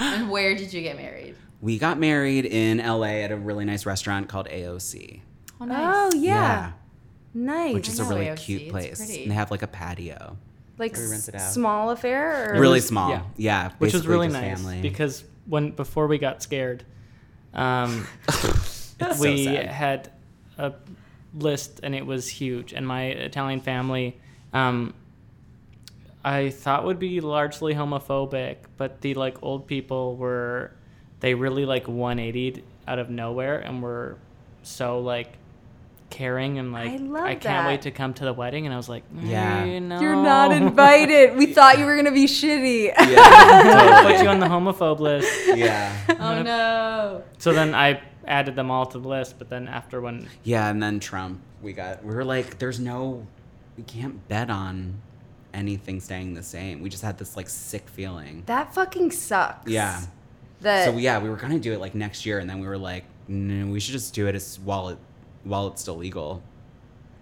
S4: And where did you get married?
S3: we got married in LA at a really nice restaurant called AOC.
S4: Oh,
S1: oh yeah, nice
S3: which is a
S4: know
S3: really
S4: AOC,
S3: cute
S4: it's
S3: place.
S4: pretty.
S3: and they have like a patio.
S1: like
S3: we rented out.
S1: small affair or
S3: really
S2: was-
S3: small.
S2: yeah.
S3: Yeah.
S2: which was
S3: basically
S2: really
S3: just
S2: nice
S3: family.
S2: because when before we got scared, um,
S3: It's so
S2: we
S3: sad.
S2: had a list and it was huge. And my Italian family, um, I thought would be largely homophobic, but the like old people were they really like 180'd out of nowhere and were so like caring and like
S1: I love
S2: can't wait
S1: that.
S2: to come to the wedding. And I was like,
S3: Yeah.
S2: "Eh, no.
S1: you're not
S3: Oh.
S1: invited we thought you were gonna be shitty
S3: Yeah.
S2: Put you on the homophobe list.
S3: yeah.
S4: Oh no.
S2: So then I added them all to the list, but then after when
S3: Yeah, and then Trump. We got we were like, there's no we can't bet on anything staying the same. We just had this like sick feeling.
S1: that fucking sucks
S3: Yeah.
S1: that
S3: So yeah, we were gonna do it like next year, and then we were like, no, we should just do it as while it while it's still legal.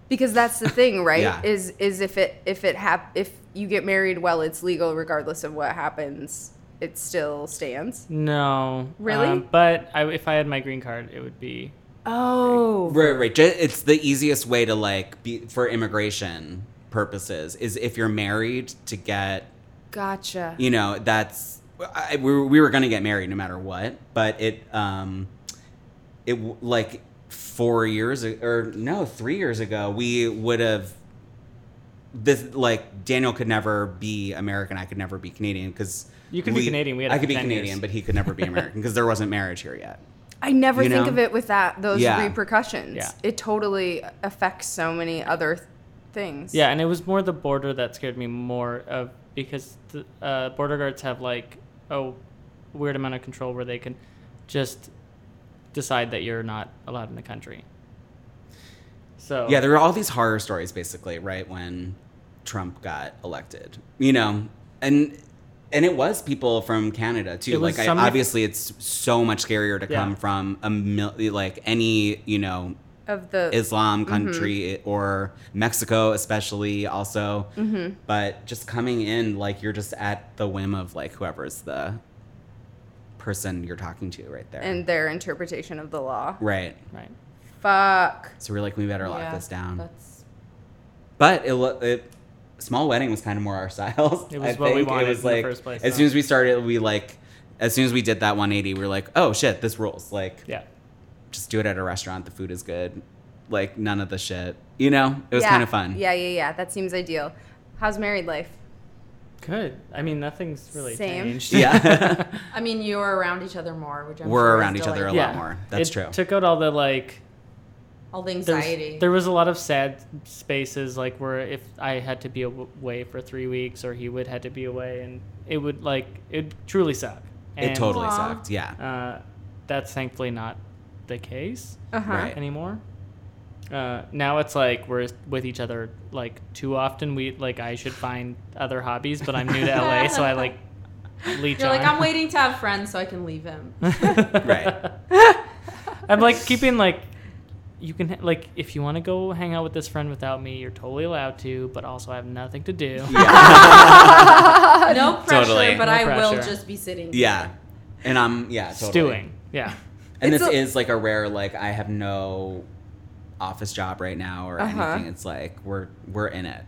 S1: because that's the thing right
S3: Yeah.
S1: is is if it if it hap- if you get married while it's legal regardless of what happens it still stands
S2: no um,
S1: Really?
S2: but I, if I had my green card, it would be
S1: oh
S3: Right, right. ju- It's the easiest way to like be for immigration purposes is if you're married to get
S1: gotcha
S3: you know that's I, we, were- we were gonna get married no matter what, but it um it w- like four years a- or no three years ago we would have this like Daniel could never be American. I could never be Canadian because
S2: You could be Canadian, we had
S3: I
S2: it
S3: could
S2: for
S3: be
S2: 10
S3: Canadian,
S2: years.
S3: but he could never be American because there wasn't marriage here yet.
S1: i never
S3: You
S1: think
S3: know?
S1: of it with that those
S3: Yeah.
S1: repercussions
S2: Yeah.
S1: it totally affects so many other th- things
S2: yeah. And it was more the border that scared me more of because the uh, border guards have like a weird amount of control where they can just decide that you're not allowed in the country. So
S3: Yeah, there were all these horror stories basically, right when Trump got elected. You know, and and it was people from Canada too.
S2: It was
S3: Like I,
S2: somebody-
S3: obviously it's so much scarier to
S2: Yeah.
S3: come from a mil- like any, you know,
S1: of the
S3: Islam country or Mexico, especially also. But just coming in, like you're just at the whim of like whoever's the person you're talking to right there.
S1: and their interpretation of the law.
S3: right.
S2: Right.
S1: Fuck.
S3: So we're like, we better lock
S4: Yeah,
S3: this down.
S4: That's
S3: but it, lo- it small wedding was kind of more our style.
S2: It
S3: I
S2: was what we
S3: think.
S2: wanted
S3: It was
S2: in the
S3: like
S2: first place,
S3: as
S2: though.
S3: soon as we started, we like as soon as we did that 180, we were like, oh shit, this rules. Like,
S2: Yeah.
S3: just do it at a restaurant. The food is good. Like none of the shit. You know, it was
S1: Yeah.
S3: kind of fun.
S1: Yeah, yeah, yeah. That seems ideal. How's married life?
S2: Good. I mean, nothing's really
S1: Same.
S2: changed.
S3: Yeah.
S4: I mean, you were around each other more, which I'm
S3: We're
S4: sure is
S3: around each other a
S4: delightful.
S3: lot. more. That's
S2: it
S3: true.
S2: Took out all the like.
S4: All the
S2: there's-
S4: anxiety.
S2: There was a lot of sad spaces, like where if I had to be aw- away for three weeks, or he would had to be away, and it would like it truly suck. And,
S3: it totally
S4: Aw.
S3: sucked. Yeah.
S2: Uh, that's thankfully not the case
S1: Uh huh.
S3: Right.
S2: anymore. Uh, now it's like we're with each other like too often. We like I should find other hobbies, but I'm new to LA, so I like leech
S4: You're
S2: on.
S4: like, I'm waiting to have friends so I can leave him.
S3: Right.
S2: I'm like keeping like you can like if you want to go hang out with this friend without me, you're totally allowed to, but also I have nothing to do.
S3: Yeah.
S4: No pressure,
S3: Totally.
S4: but
S2: No
S4: I will
S2: pressure.
S4: just be sitting.
S3: yeah. And I'm yeah totally.
S2: Stewing. Yeah.
S3: And
S1: It's
S3: this
S1: a-
S3: is like a rare like I have no office job right now or
S1: Uh-huh.
S3: anything. It's like we're we're in it.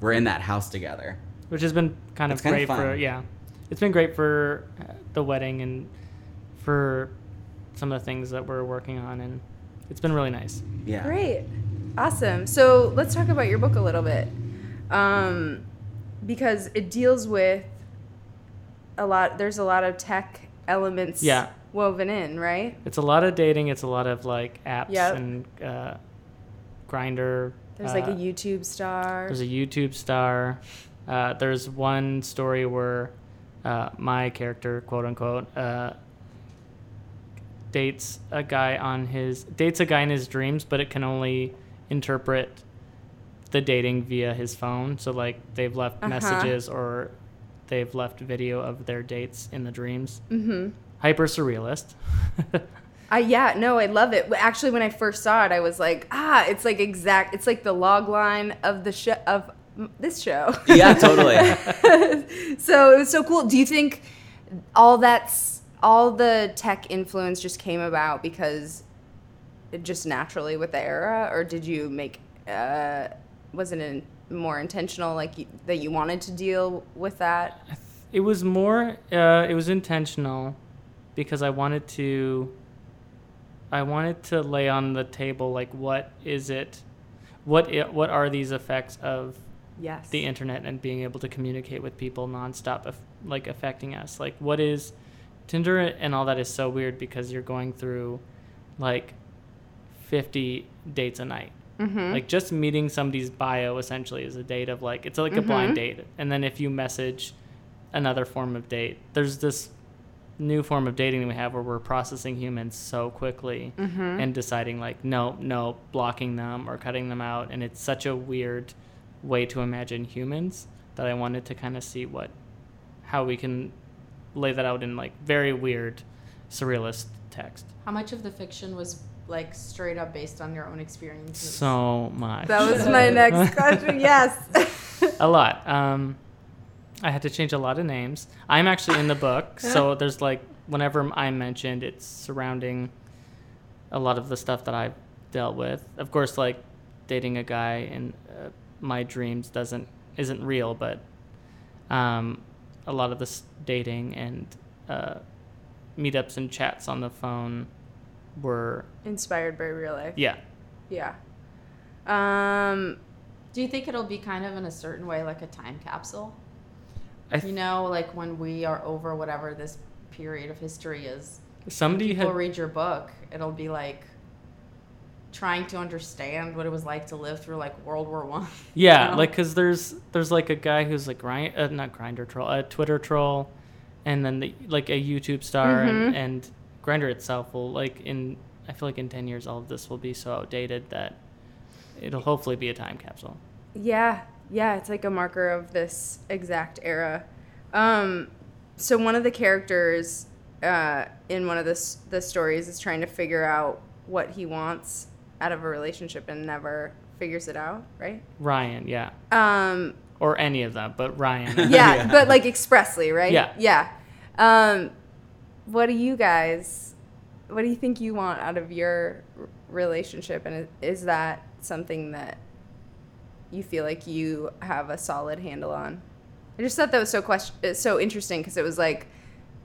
S3: We're in that house together.
S2: Which has been kind
S3: It's
S2: of
S3: kind of
S2: great for
S3: fun.
S2: yeah. It's been great for uh, the wedding and for some of the things that we're working on and it's been really nice.
S3: Yeah.
S1: Great. Awesome. So let's talk about your book a little bit. Um, because it deals with a lot, there's a lot of tech elements
S2: Yeah.
S1: woven in, right?
S2: It's a lot of dating, it's a lot of like apps
S1: Yep.
S2: and uh grinder
S1: There's like a
S2: uh,
S1: YouTube star.
S2: There's a YouTube star. Uh, there's one story where uh, my character, quote unquote, uh, dates a guy on his dates a guy in his dreams, but it can only interpret the dating via his phone. So like they've left
S1: Uh-huh.
S2: messages or they've left video of their dates in the dreams.
S1: mm-hmm.
S2: Hyper surrealist.
S1: I, yeah, no, I love it. Actually, when I first saw it, I was like, ah, it's like exact, it's like the log line of the show, of m- this show.
S3: Yeah, totally.
S1: so it was so cool. Do you think all that's all the tech influence just came about because it just naturally with the era, or did you make uh, was it in, more intentional, like you, that you wanted to deal with that?
S2: It was more. Uh, it was intentional, because I wanted to. I wanted to lay on the table like what is it, what i what are these effects of
S1: Yes.
S2: the internet and being able to communicate with people nonstop, aff- like affecting us. Like what is Tinder and all that is so weird because you're going through, like, fifty dates a night.
S1: mm-hmm.
S2: Like just meeting somebody's bio essentially is a date of like it's like a blind date. And then if you message another form of date, there's this new form of dating that we have where we're processing humans so quickly and deciding like no, no, blocking them or cutting them out and it's such a weird way to imagine humans that I wanted to kind of see what how we can lay that out in like very weird surrealist text.
S4: How much of the fiction was like straight up based on your own experiences?
S2: So much.
S1: that was my next question. Yes.
S2: a lot. Um, I had to change a lot of names. I'm actually in the book, so there's like whenever I'm mentioned, it's surrounding a lot of the stuff that I've dealt with. Of course, like dating a guy in uh, my dreams doesn't isn't real, but um, a lot of this dating and uh, meetups and chats on the phone were
S1: Inspired by real life.
S2: yeah
S1: Yeah. Um.
S4: Do you think it'll be kind of in a certain way like a time capsule?
S2: I th-
S4: you know, like when we are over whatever this period of history is,
S2: somebody
S4: people
S2: had
S4: read your book. It'll be like trying to understand what it was like to live through like World War One.
S2: Yeah, like
S4: know?
S2: 'cause like because there's there's like a guy who's like grind uh, not grinder troll, a Twitter troll, and then the, like a YouTube star and, and grinder itself will like in I feel like in ten years all of this will be so outdated that it'll hopefully be a time capsule.
S1: Yeah, yeah, it's like a marker of this exact era. Um, so one of the characters uh, in one of the s- the stories is trying to figure out what he wants out of a relationship and never figures it out, right?
S2: Ryan, yeah.
S1: Um,
S2: Or any of them, but Ryan.
S1: yeah,
S3: Yeah.
S1: but like expressly, right?
S2: Yeah.
S1: Yeah. Um, what do you guys? What do you think you want out of your r- relationship, and i- is that something that you feel like you have a solid handle on? I just thought that was so question uh, so interesting because it was like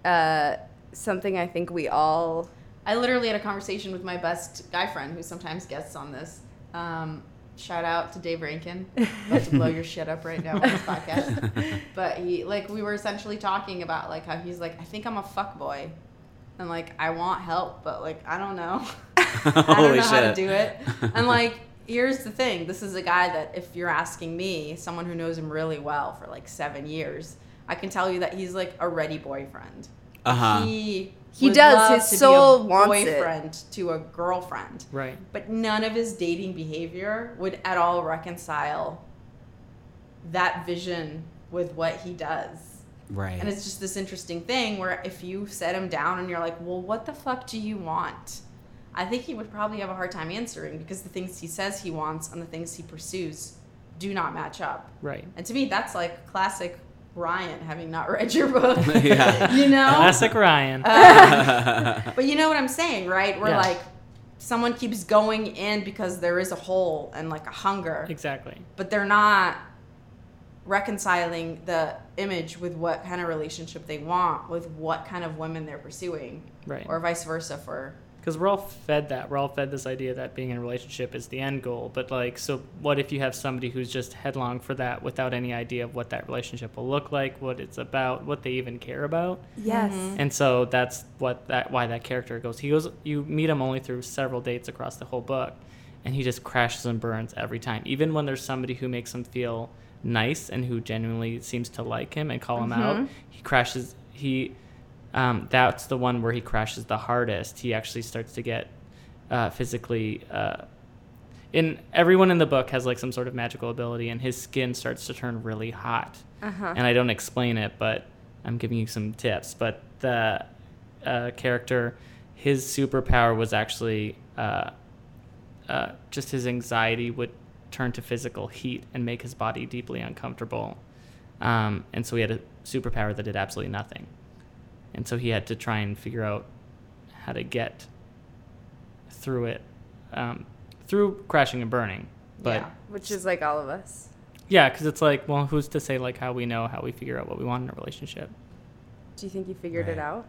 S1: uh, something I think we all.
S4: I literally had a conversation with my best guy friend who sometimes guests on this. Um, shout out to Dave Rankin. About to blow your shit up right now on this podcast. But he, like, we were essentially talking about like how he's like, I think I'm a fuck boy, and like I want help, but like I don't know. I don't
S3: Holy
S4: know how to
S3: shit.
S4: do it. And like, here's the thing: this is a guy that, if you're asking me, someone who knows him really well for like seven years, I can tell you that he's like a ready boyfriend.
S3: Uh-huh.
S4: He
S1: He
S4: would
S1: does.
S4: love
S1: His
S4: to be a
S1: soul wants it.
S4: boyfriend to a girlfriend,
S2: Right.
S4: but none of his dating behavior would at all reconcile that vision with what he does.
S3: Right.
S4: And it's just this interesting thing where if you set him down and you're like, well, what the fuck do you want? I think he would probably have a hard time answering because the things he says he wants and the things he pursues do not match up.
S2: Right.
S4: And to me, that's like classic Ryan having not read your book.
S3: Yeah.
S4: you know?
S2: Classic Ryan.
S4: But you know what I'm saying, right? We're
S2: Yeah.
S4: like, someone keeps going in because there is a hole and like a hunger,
S2: exactly.
S4: but they're not reconciling the image with what kind of relationship they want, with what kind of women they're pursuing,
S2: Right.
S4: or vice versa for.
S2: because we're all fed that we're all fed this idea that being in a relationship is the end goal but like so what if you have somebody who's just headlong for that without any idea of what that relationship will look like what it's about what they even care about
S1: Yes.
S2: and so that's what that why that character goes he goes you meet him only through several dates across the whole book and he just crashes and burns every time even when there's somebody who makes him feel nice and who genuinely seems to like him and call him out he crashes he um, that's the one where he crashes the hardest he actually starts to get uh, physically uh, in everyone in the book has like some sort of magical ability and his skin starts to turn really hot and i don't explain it but i'm giving you some tips but the uh, character his superpower was actually uh, uh, just his anxiety would turn to physical heat and make his body deeply uncomfortable um, and so he had a superpower that did absolutely nothing and so he had to try and figure out how to get through it um, through crashing and burning but
S4: Yeah.
S1: Which is like all of us.
S2: yeah because it's like well who's to say like how we know how we figure out what we want in a relationship
S1: Do you think you figured it
S3: Right.
S1: out?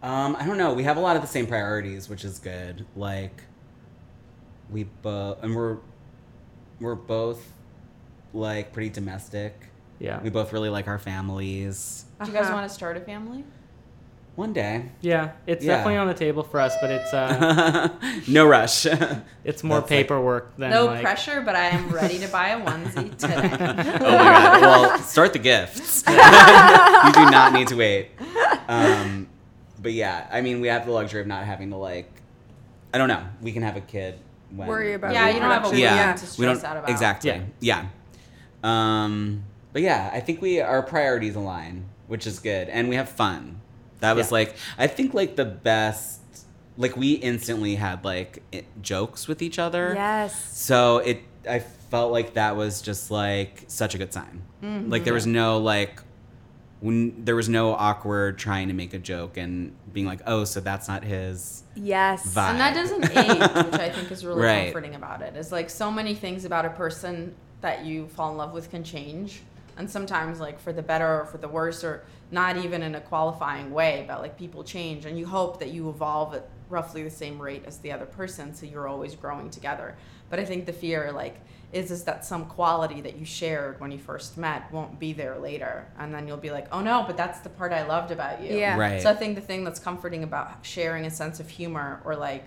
S3: Um, I don't know. We have a lot of the same priorities, which is good. Like we both and we're we're both like pretty domestic.
S2: yeah
S3: We both really like our families.
S4: Do you guys
S1: Uh-huh.
S4: want to start a family?
S3: One day.
S2: yeah it's
S3: Yeah.
S2: definitely on the table for us but it's uh
S3: no rush.
S2: it's more
S3: That's like-
S2: paperwork than
S4: no
S2: like
S4: pressure, but I am ready to buy a onesie today.
S3: oh my god. Well, start the gifts. you do not need to wait. Um, but yeah, I mean, we have the luxury of not having to like. I don't know. We can have a kid. When
S1: Worry about
S4: yeah,
S1: it.
S4: you don't have a
S1: Yeah.
S4: woman to stress
S3: Oh, we don't
S4: out about.
S3: exactly. Yeah. Um, but yeah, I think we our priorities align, which is good, and we have fun. That was
S2: Yeah.
S3: like I think like the best. Like we instantly had like i jokes with each other.
S1: Yes.
S3: So it, I felt like that was just like such a good sign.
S4: Mm-hmm.
S3: Like there was no like, when there was no awkward trying to make a joke and being like, oh, so that's not his.
S1: Yes.
S3: Vi-
S4: And that doesn't age, which I think is really
S3: Right.
S4: comforting about it. It's like so many things about a person that you fall in love with can change. And sometimes, like, for the better or for the worse, or not even in a qualifying way, but like people change and you hope that you evolve at roughly the same rate as the other person. So you're always growing together. But I think the fear, like, is, is that some quality that you shared when you first met won't be there later. And then you'll be like, oh no, but that's the part I loved about you.
S1: Yeah.
S3: Right.
S4: So I think the thing that's comforting about sharing a sense of humor or like,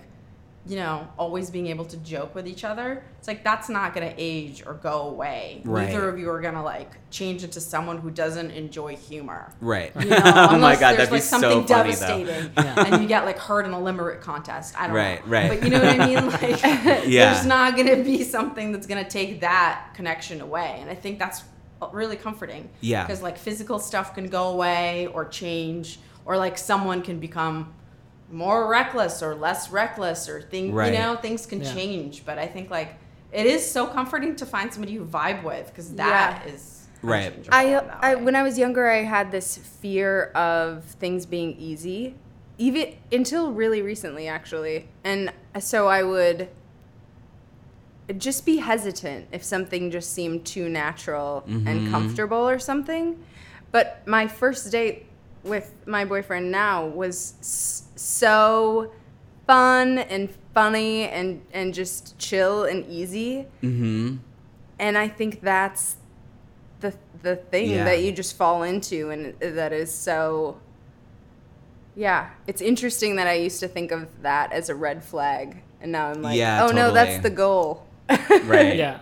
S4: you know, always being able to joke with each other, it's like that's not gonna age or go away.
S3: Right.
S4: Neither of you are gonna like change into someone who doesn't enjoy humor.
S3: Right.
S4: You know,
S3: oh my
S4: unless
S3: god, that'd
S4: there's
S3: be
S4: like something
S3: so funny though.
S4: devastating, and you get like hurt in a limerick contest. I don't
S3: Right,
S4: know,
S3: right.
S4: But you know what I mean? Like,
S3: Yeah.
S4: there's not gonna be something that's gonna take that connection away, and I think that's really comforting.
S3: Yeah.
S4: because like physical stuff can go away or change, or like someone can become more reckless or less reckless or things
S3: Right.
S4: you know things can
S2: Yeah.
S4: change but i think like it is so comforting to find somebody you vibe with because that
S1: Yeah.
S4: is
S3: Right.
S4: unchangeable
S1: I,
S4: in that
S1: I
S4: way.
S1: when I was younger, I had this fear of things being easy, even until really recently, actually. And so I would just be hesitant if something just seemed too natural and comfortable or something. But my first date with my boyfriend now was s- so fun and funny and and just chill and easy
S3: Mm-hmm.
S1: and I think that's the the thing
S3: Yeah.
S1: that you just fall into, and that is so. Yeah, it's interesting that I used to think of that as a red flag, and now I'm like,
S3: Yeah,
S1: oh no, that's
S3: totally.
S1: the goal.
S3: Right.
S2: Yeah.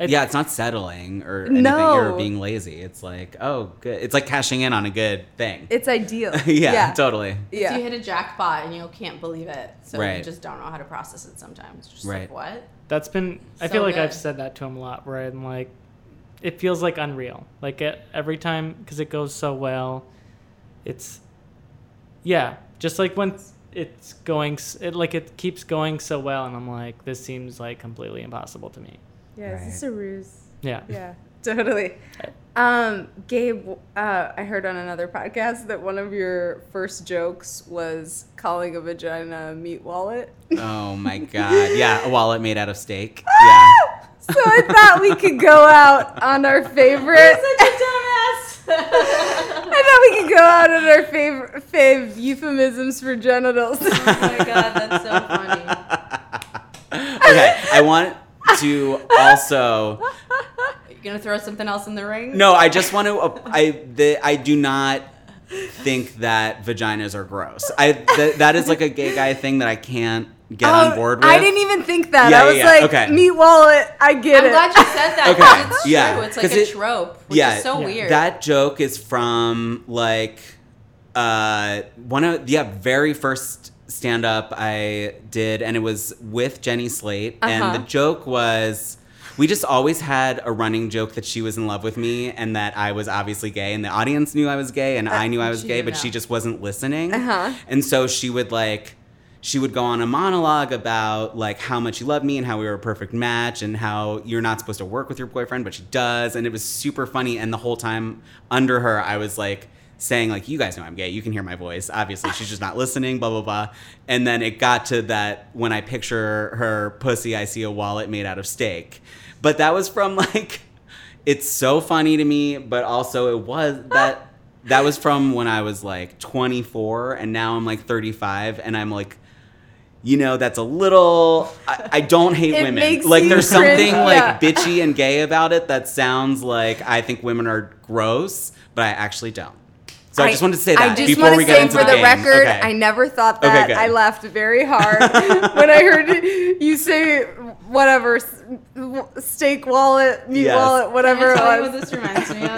S2: It-
S3: yeah, it's not settling or anything
S1: No.
S3: or being lazy. It's like, oh, good. It's like cashing in on a good thing.
S1: It's ideal.
S3: yeah, totally.
S4: So
S1: Yeah.
S4: you hit a jackpot and you can't believe it. So
S3: Right.
S4: you just don't know how to process it sometimes. It's Just
S3: Right.
S4: like what?
S2: That's been. I
S4: So
S2: feel like I've
S4: good.
S2: said that to him a lot, where I'm like, it feels like unreal. Like it, every time, because it goes so well, it's, yeah, just like when it's going, s- it like it keeps going so well, and I'm like, this seems like completely impossible to me.
S1: Yeah,
S3: is this
S1: a ruse?
S2: Yeah.
S1: Yeah, totally. Um, Gabe, uh, I heard on another podcast that one of your first jokes was calling a vagina a meat wallet.
S3: Oh my god. Yeah, a wallet made out of steak. Yeah.
S1: So I thought we could go out on our favorite.
S4: Dumbass! Oh
S1: I thought we could go out on our favorite fave euphemisms for genitals.
S4: oh my god, that's so funny.
S3: okay, I want to also
S4: You're gonna throw something else in the ring?
S3: No, I just want to I the I do not think that vaginas are gross. I th- that is like a gay guy thing that I can't get on board with.
S1: Oh, I didn't even think that.
S3: Yeah,
S1: I was
S3: yeah,
S1: like,
S3: okay.
S1: meat wallet. I get
S4: I'm
S1: it.
S4: glad you said that
S3: Okay,
S4: because it's
S3: yeah,
S4: true. It's
S3: 'cause
S4: like a
S3: it-
S4: trope, which
S3: yeah,
S4: is so
S2: yeah.
S4: weird.
S3: That joke is from like uh one of yeah, very first stand up I did and it was with Jenny Slate and
S1: Uh-huh.
S3: the joke was we just always had a running joke that she was in love with me and that I was obviously gay and the audience knew I was gay and I knew I was
S4: she
S3: gay
S4: didn't
S3: but she
S4: know.
S3: just wasn't listening.
S1: Uh-huh.
S3: And so she would like she would go on a monologue about like how much you love me and how we were a perfect match and how you're not supposed to work with your boyfriend but she does and it was super funny and the whole time under her I was like saying like you guys know I'm gay you can hear my voice obviously she's just not listening blah blah blah and then it got to that when I picture her pussy I see a wallet made out of steak but that was from like it's so funny to me, but also it was that that was from when I was like 24 and now I'm like 35 and I'm like you know that's a little I, I don't hate
S1: It
S3: women.
S1: makes
S3: like
S1: you
S3: there's
S1: cringe,
S3: something like
S1: yeah.
S3: bitchy and gay about it that sounds like I think women are gross, but I actually don't. So I, just wanted to say that
S1: I just
S3: before
S1: wanna
S3: we
S1: say
S3: get into
S1: for the,
S3: game.
S1: record,
S3: Okay.
S1: I never thought
S3: Okay,
S1: that.
S3: good.
S1: I laughed very hard when I heard you say whatever s- w- steak wallet, meat
S3: Yes.
S1: wallet, whatever
S4: Can I
S1: it
S4: tell you
S1: was.
S4: what this reminds me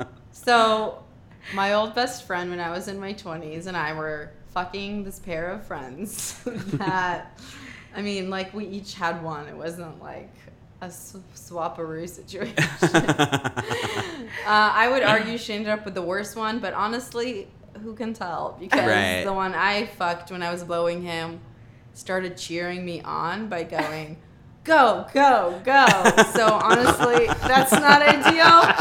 S4: of? So, my old best friend when I was in my 20s and I were fucking this pair of friends that, I mean, like, we each had one. It wasn't like a sw- swaparoo situation. Uh, I would argue she ended up with the worst one, but honestly, who can tell? Because
S3: Right.
S4: the one I fucked when I was blowing him started cheering me on by going, go, go, go. So honestly, that's not ideal.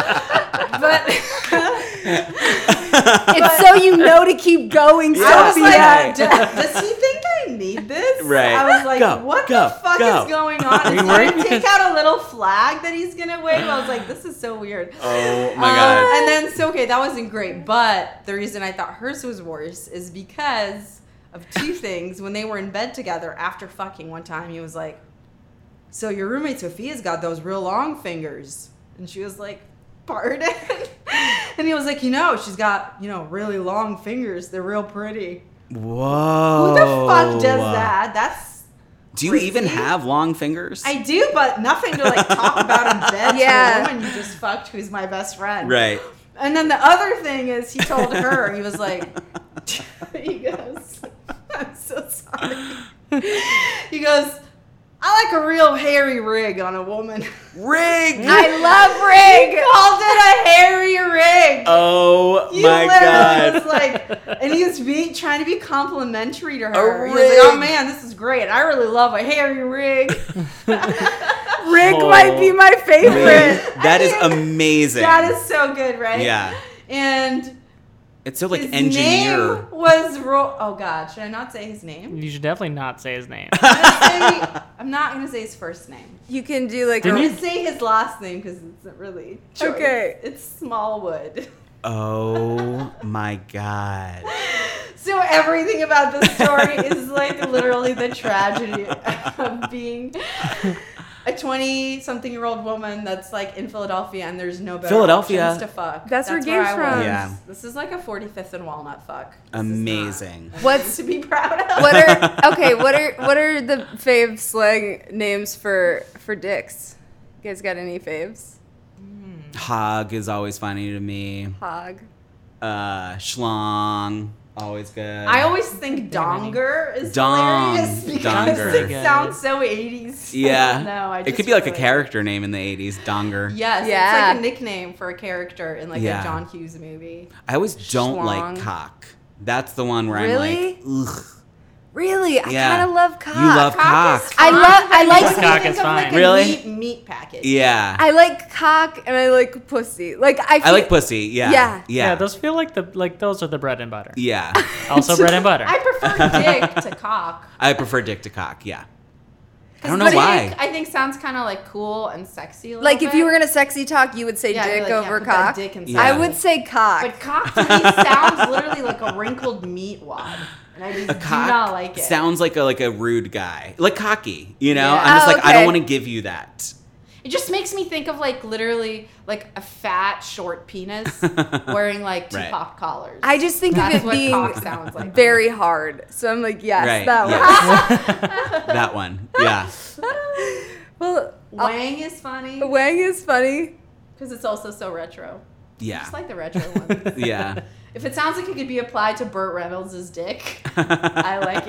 S4: But
S1: It's so you know to keep going,
S4: I was
S1: Sophia.
S4: like,
S3: Yeah.
S4: "D- does he think I need this?
S3: Right.
S4: I was like,
S3: Go,
S4: what
S3: go,
S4: the fuck
S3: go."
S4: is going on?
S2: We
S4: Is he
S2: were-
S4: gonna take out a little flag that he's gonna wave? I was like, this is so weird.
S3: oh my
S4: Um,
S3: god.
S1: Uh,
S4: And then so okay, that wasn't great, but the reason I thought hers was worse is because of two things. When they were in bed together after fucking one time, he was like, "So your roommate Sophia's got those real long fingers," and she was like, "Pardon." and he was like, "You know, she's got you know really long fingers. They're real pretty."
S3: Whoa.
S4: Who the
S3: Oh,
S4: fuck does that? That's
S3: Do you even
S4: Crazy.
S3: have long fingers?
S4: I do, but nothing to like talk about in bed
S1: Yeah.
S4: to a woman you just fucked who's my best friend.
S3: right.
S4: And then the other thing is, he told her, he was like, he goes, I'm so sorry. He goes, I I like a real hairy rig on a woman.
S3: Rigged.
S1: I love rig.
S4: Called it a hairy rig.
S3: Oh
S4: You
S3: my
S4: literally
S3: god.
S4: was like, and he was being trying to be complimentary to
S3: A
S4: her. He was like, oh
S3: rig.
S4: man, this is great. I really love a hairy rig.
S1: Rig might be my favorite.
S3: That is amazing.
S4: that is so good, right?
S3: Yeah.
S4: And
S3: It's so like
S4: his
S3: engineer.
S4: name was Ro- oh god, should I not say his name?
S2: You should definitely not say his name.
S4: I'm, gonna say, I'm not gonna say his first name.
S1: You can do like
S4: I'm
S2: Didn't
S1: a,
S2: you-
S4: gonna say his last name because it's not really a choice.
S1: Okay.
S4: It's Smallwood.
S3: Oh my god.
S4: So everything about this story is like literally the tragedy of being a twenty-something-year-old woman that's like in Philadelphia and there's no better
S3: Philadelphia.
S4: options to fuck.
S1: That's where gays
S4: I was.
S1: from.
S3: Yeah.
S4: This is like a forty-fifth and Walnut fuck. This is not
S3: Amazing.
S1: what's
S4: to be proud of.
S1: what are okay? What are what are the fave slang names for for dicks? You guys got any faves?
S3: Hog is always funny to me.
S1: Hog.
S3: Uh schlong. Always good.
S4: I always think donger is
S3: Dong.
S4: hilarious because
S3: Donger.
S4: it sounds so 80s.
S3: Yeah.
S4: no, I
S3: it could
S4: just
S3: be like a
S4: really-
S3: character name in the 80s, Donger.
S4: Yes,
S1: Yeah.
S4: it's like a nickname for a character in like
S3: Yeah.
S4: a John Hughes movie.
S3: I always don't like
S1: Schlong.
S3: cock. That's the one where
S1: Really?
S3: I'm like, ugh.
S1: Really, I
S3: Yeah.
S1: kind of love cock.
S3: You love cock.
S4: is
S1: I
S4: fine,
S1: love- I
S4: but
S1: like-
S4: you think
S2: Cock
S4: of,
S2: is
S4: like,
S2: fine.
S4: a
S3: Really?
S4: Meat, meat package.
S3: Yeah. I,
S1: I like cock and I like pussy. Like I. Feel,
S3: like pussy. Yeah.
S1: Yeah.
S3: Yeah.
S2: Yeah. those feel like the like those are the bread and butter.
S3: Yeah.
S2: Also bread and butter.
S4: I prefer dick to cock.
S3: I prefer dick to cock. Yeah. I don't know
S4: Dick,
S3: why.
S4: I think sounds kind of like cool and sexy. a little
S1: Like if
S4: bit.
S1: you were gonna sexy talk, you would say
S4: Yeah, I'd be
S1: dick
S4: like, yeah,
S1: over
S4: put that
S1: cock.
S4: dick in
S3: Yeah.
S1: I
S4: something.
S1: would say cock.
S4: But cock to me sounds literally like a wrinkled meat wad, and I just do not like it.
S3: sounds like a like a rude guy, like cocky. You know,
S4: Yeah.
S3: I'm just
S1: Oh,
S3: like I don't
S1: okay.
S3: want to give you that.
S4: It just makes me think of like literally like a fat short penis wearing like two
S3: Right.
S4: pop collars.
S1: I just think of
S4: That's
S1: it
S4: what
S1: being
S4: cock sounds like.
S1: very hard. So I'm like, yes,
S3: right.
S1: that one.
S3: yeah. that one. Yeah.
S1: Well, Wang.
S4: Wang is funny
S1: Wang is funny.
S4: because it's also so retro.
S3: Yeah.
S4: Just like the retro one.
S3: yeah.
S4: if it sounds like it could be applied to Burt Reynolds' dick, I like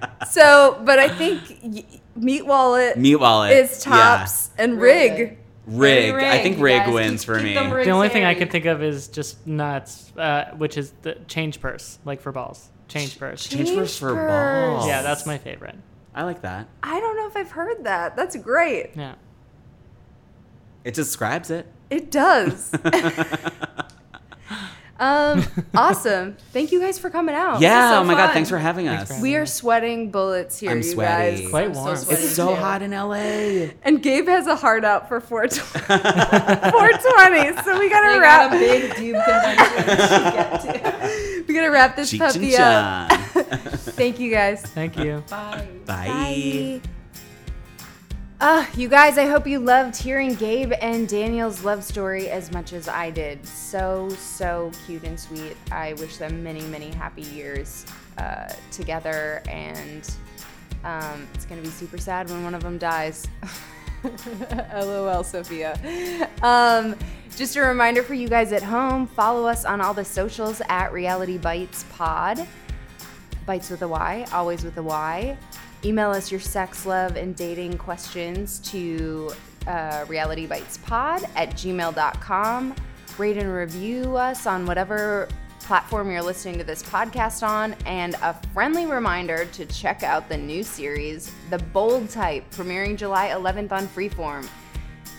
S4: it.
S1: So, but I think y- Meat Wallet
S3: Meat wallet
S1: is
S3: yeah.
S1: tops and
S4: Really?
S1: Rig.
S3: Rig. I think
S4: Rig,
S3: rig
S4: guys.
S3: wins
S4: Keep-
S3: for
S4: keep
S3: me.
S4: them rig-
S2: the only thing I
S4: Exactly.
S2: can think of is just nuts, uh, which is the change purse, like for balls. Change purse.
S3: Change first for
S1: Changers.
S3: balls.
S2: Yeah, that's my favorite.
S3: I like that.
S1: I don't know if I've heard that. That's great.
S2: Yeah.
S3: It describes it.
S1: It does. um, awesome. Thank you guys for coming out. This is
S3: yeah.
S1: so
S3: oh my god.
S1: fun.
S3: Thanks for having us.
S2: for having
S1: We are sweating bullets here,
S3: I'm
S1: you
S3: sweaty.
S1: guys.
S2: Quite
S4: I'm so
S2: warm.
S4: sweaty.
S3: It's so
S4: too.
S3: hot in LA.
S1: And Gabe has a heart out for 420. 420. So we gotta
S4: They
S1: wrap.
S4: got a big dude convention we should get to.
S1: we gotta wrap this
S3: Cheech
S1: puppy up.
S3: and Chong.
S1: Thank you guys.
S2: Thank you.
S4: Bye.
S3: Bye.
S1: Uh, you guys, I hope you loved hearing Gabe and Daniel's love story as much as I did. So, so cute and sweet. I wish them many, many happy years uh, together, and um, it's going to be super sad when one of them dies. LOL, Sophia. Um, just a reminder for you guys at home follow us on all the socials at Reality Bites Pod. Bites with a Y, always with a Y. Email us your sex, love, and dating questions to uh, realitybitespod at gmail.com. Rate and review us on whatever platform you're listening to this podcast on. And a friendly reminder to check out the new series, The Bold Type, premiering July 11th on Freeform.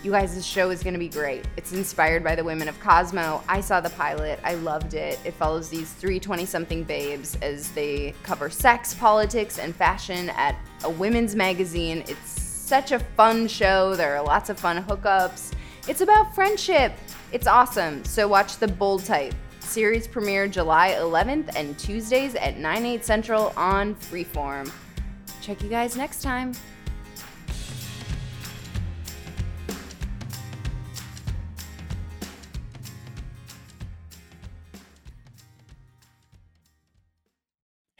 S1: You guys, this show is going to be great. It's inspired by the women of Cosmo. I saw the pilot, I loved it. It follows these three 20 something babes as they cover sex, politics, and fashion at a women's magazine. It's such a fun show. There are lots of fun hookups. It's about friendship. It's awesome. So watch The Bold Type. Series premiere July 11th and Tuesdays at 9, 8 central on Freeform. Check you guys next time.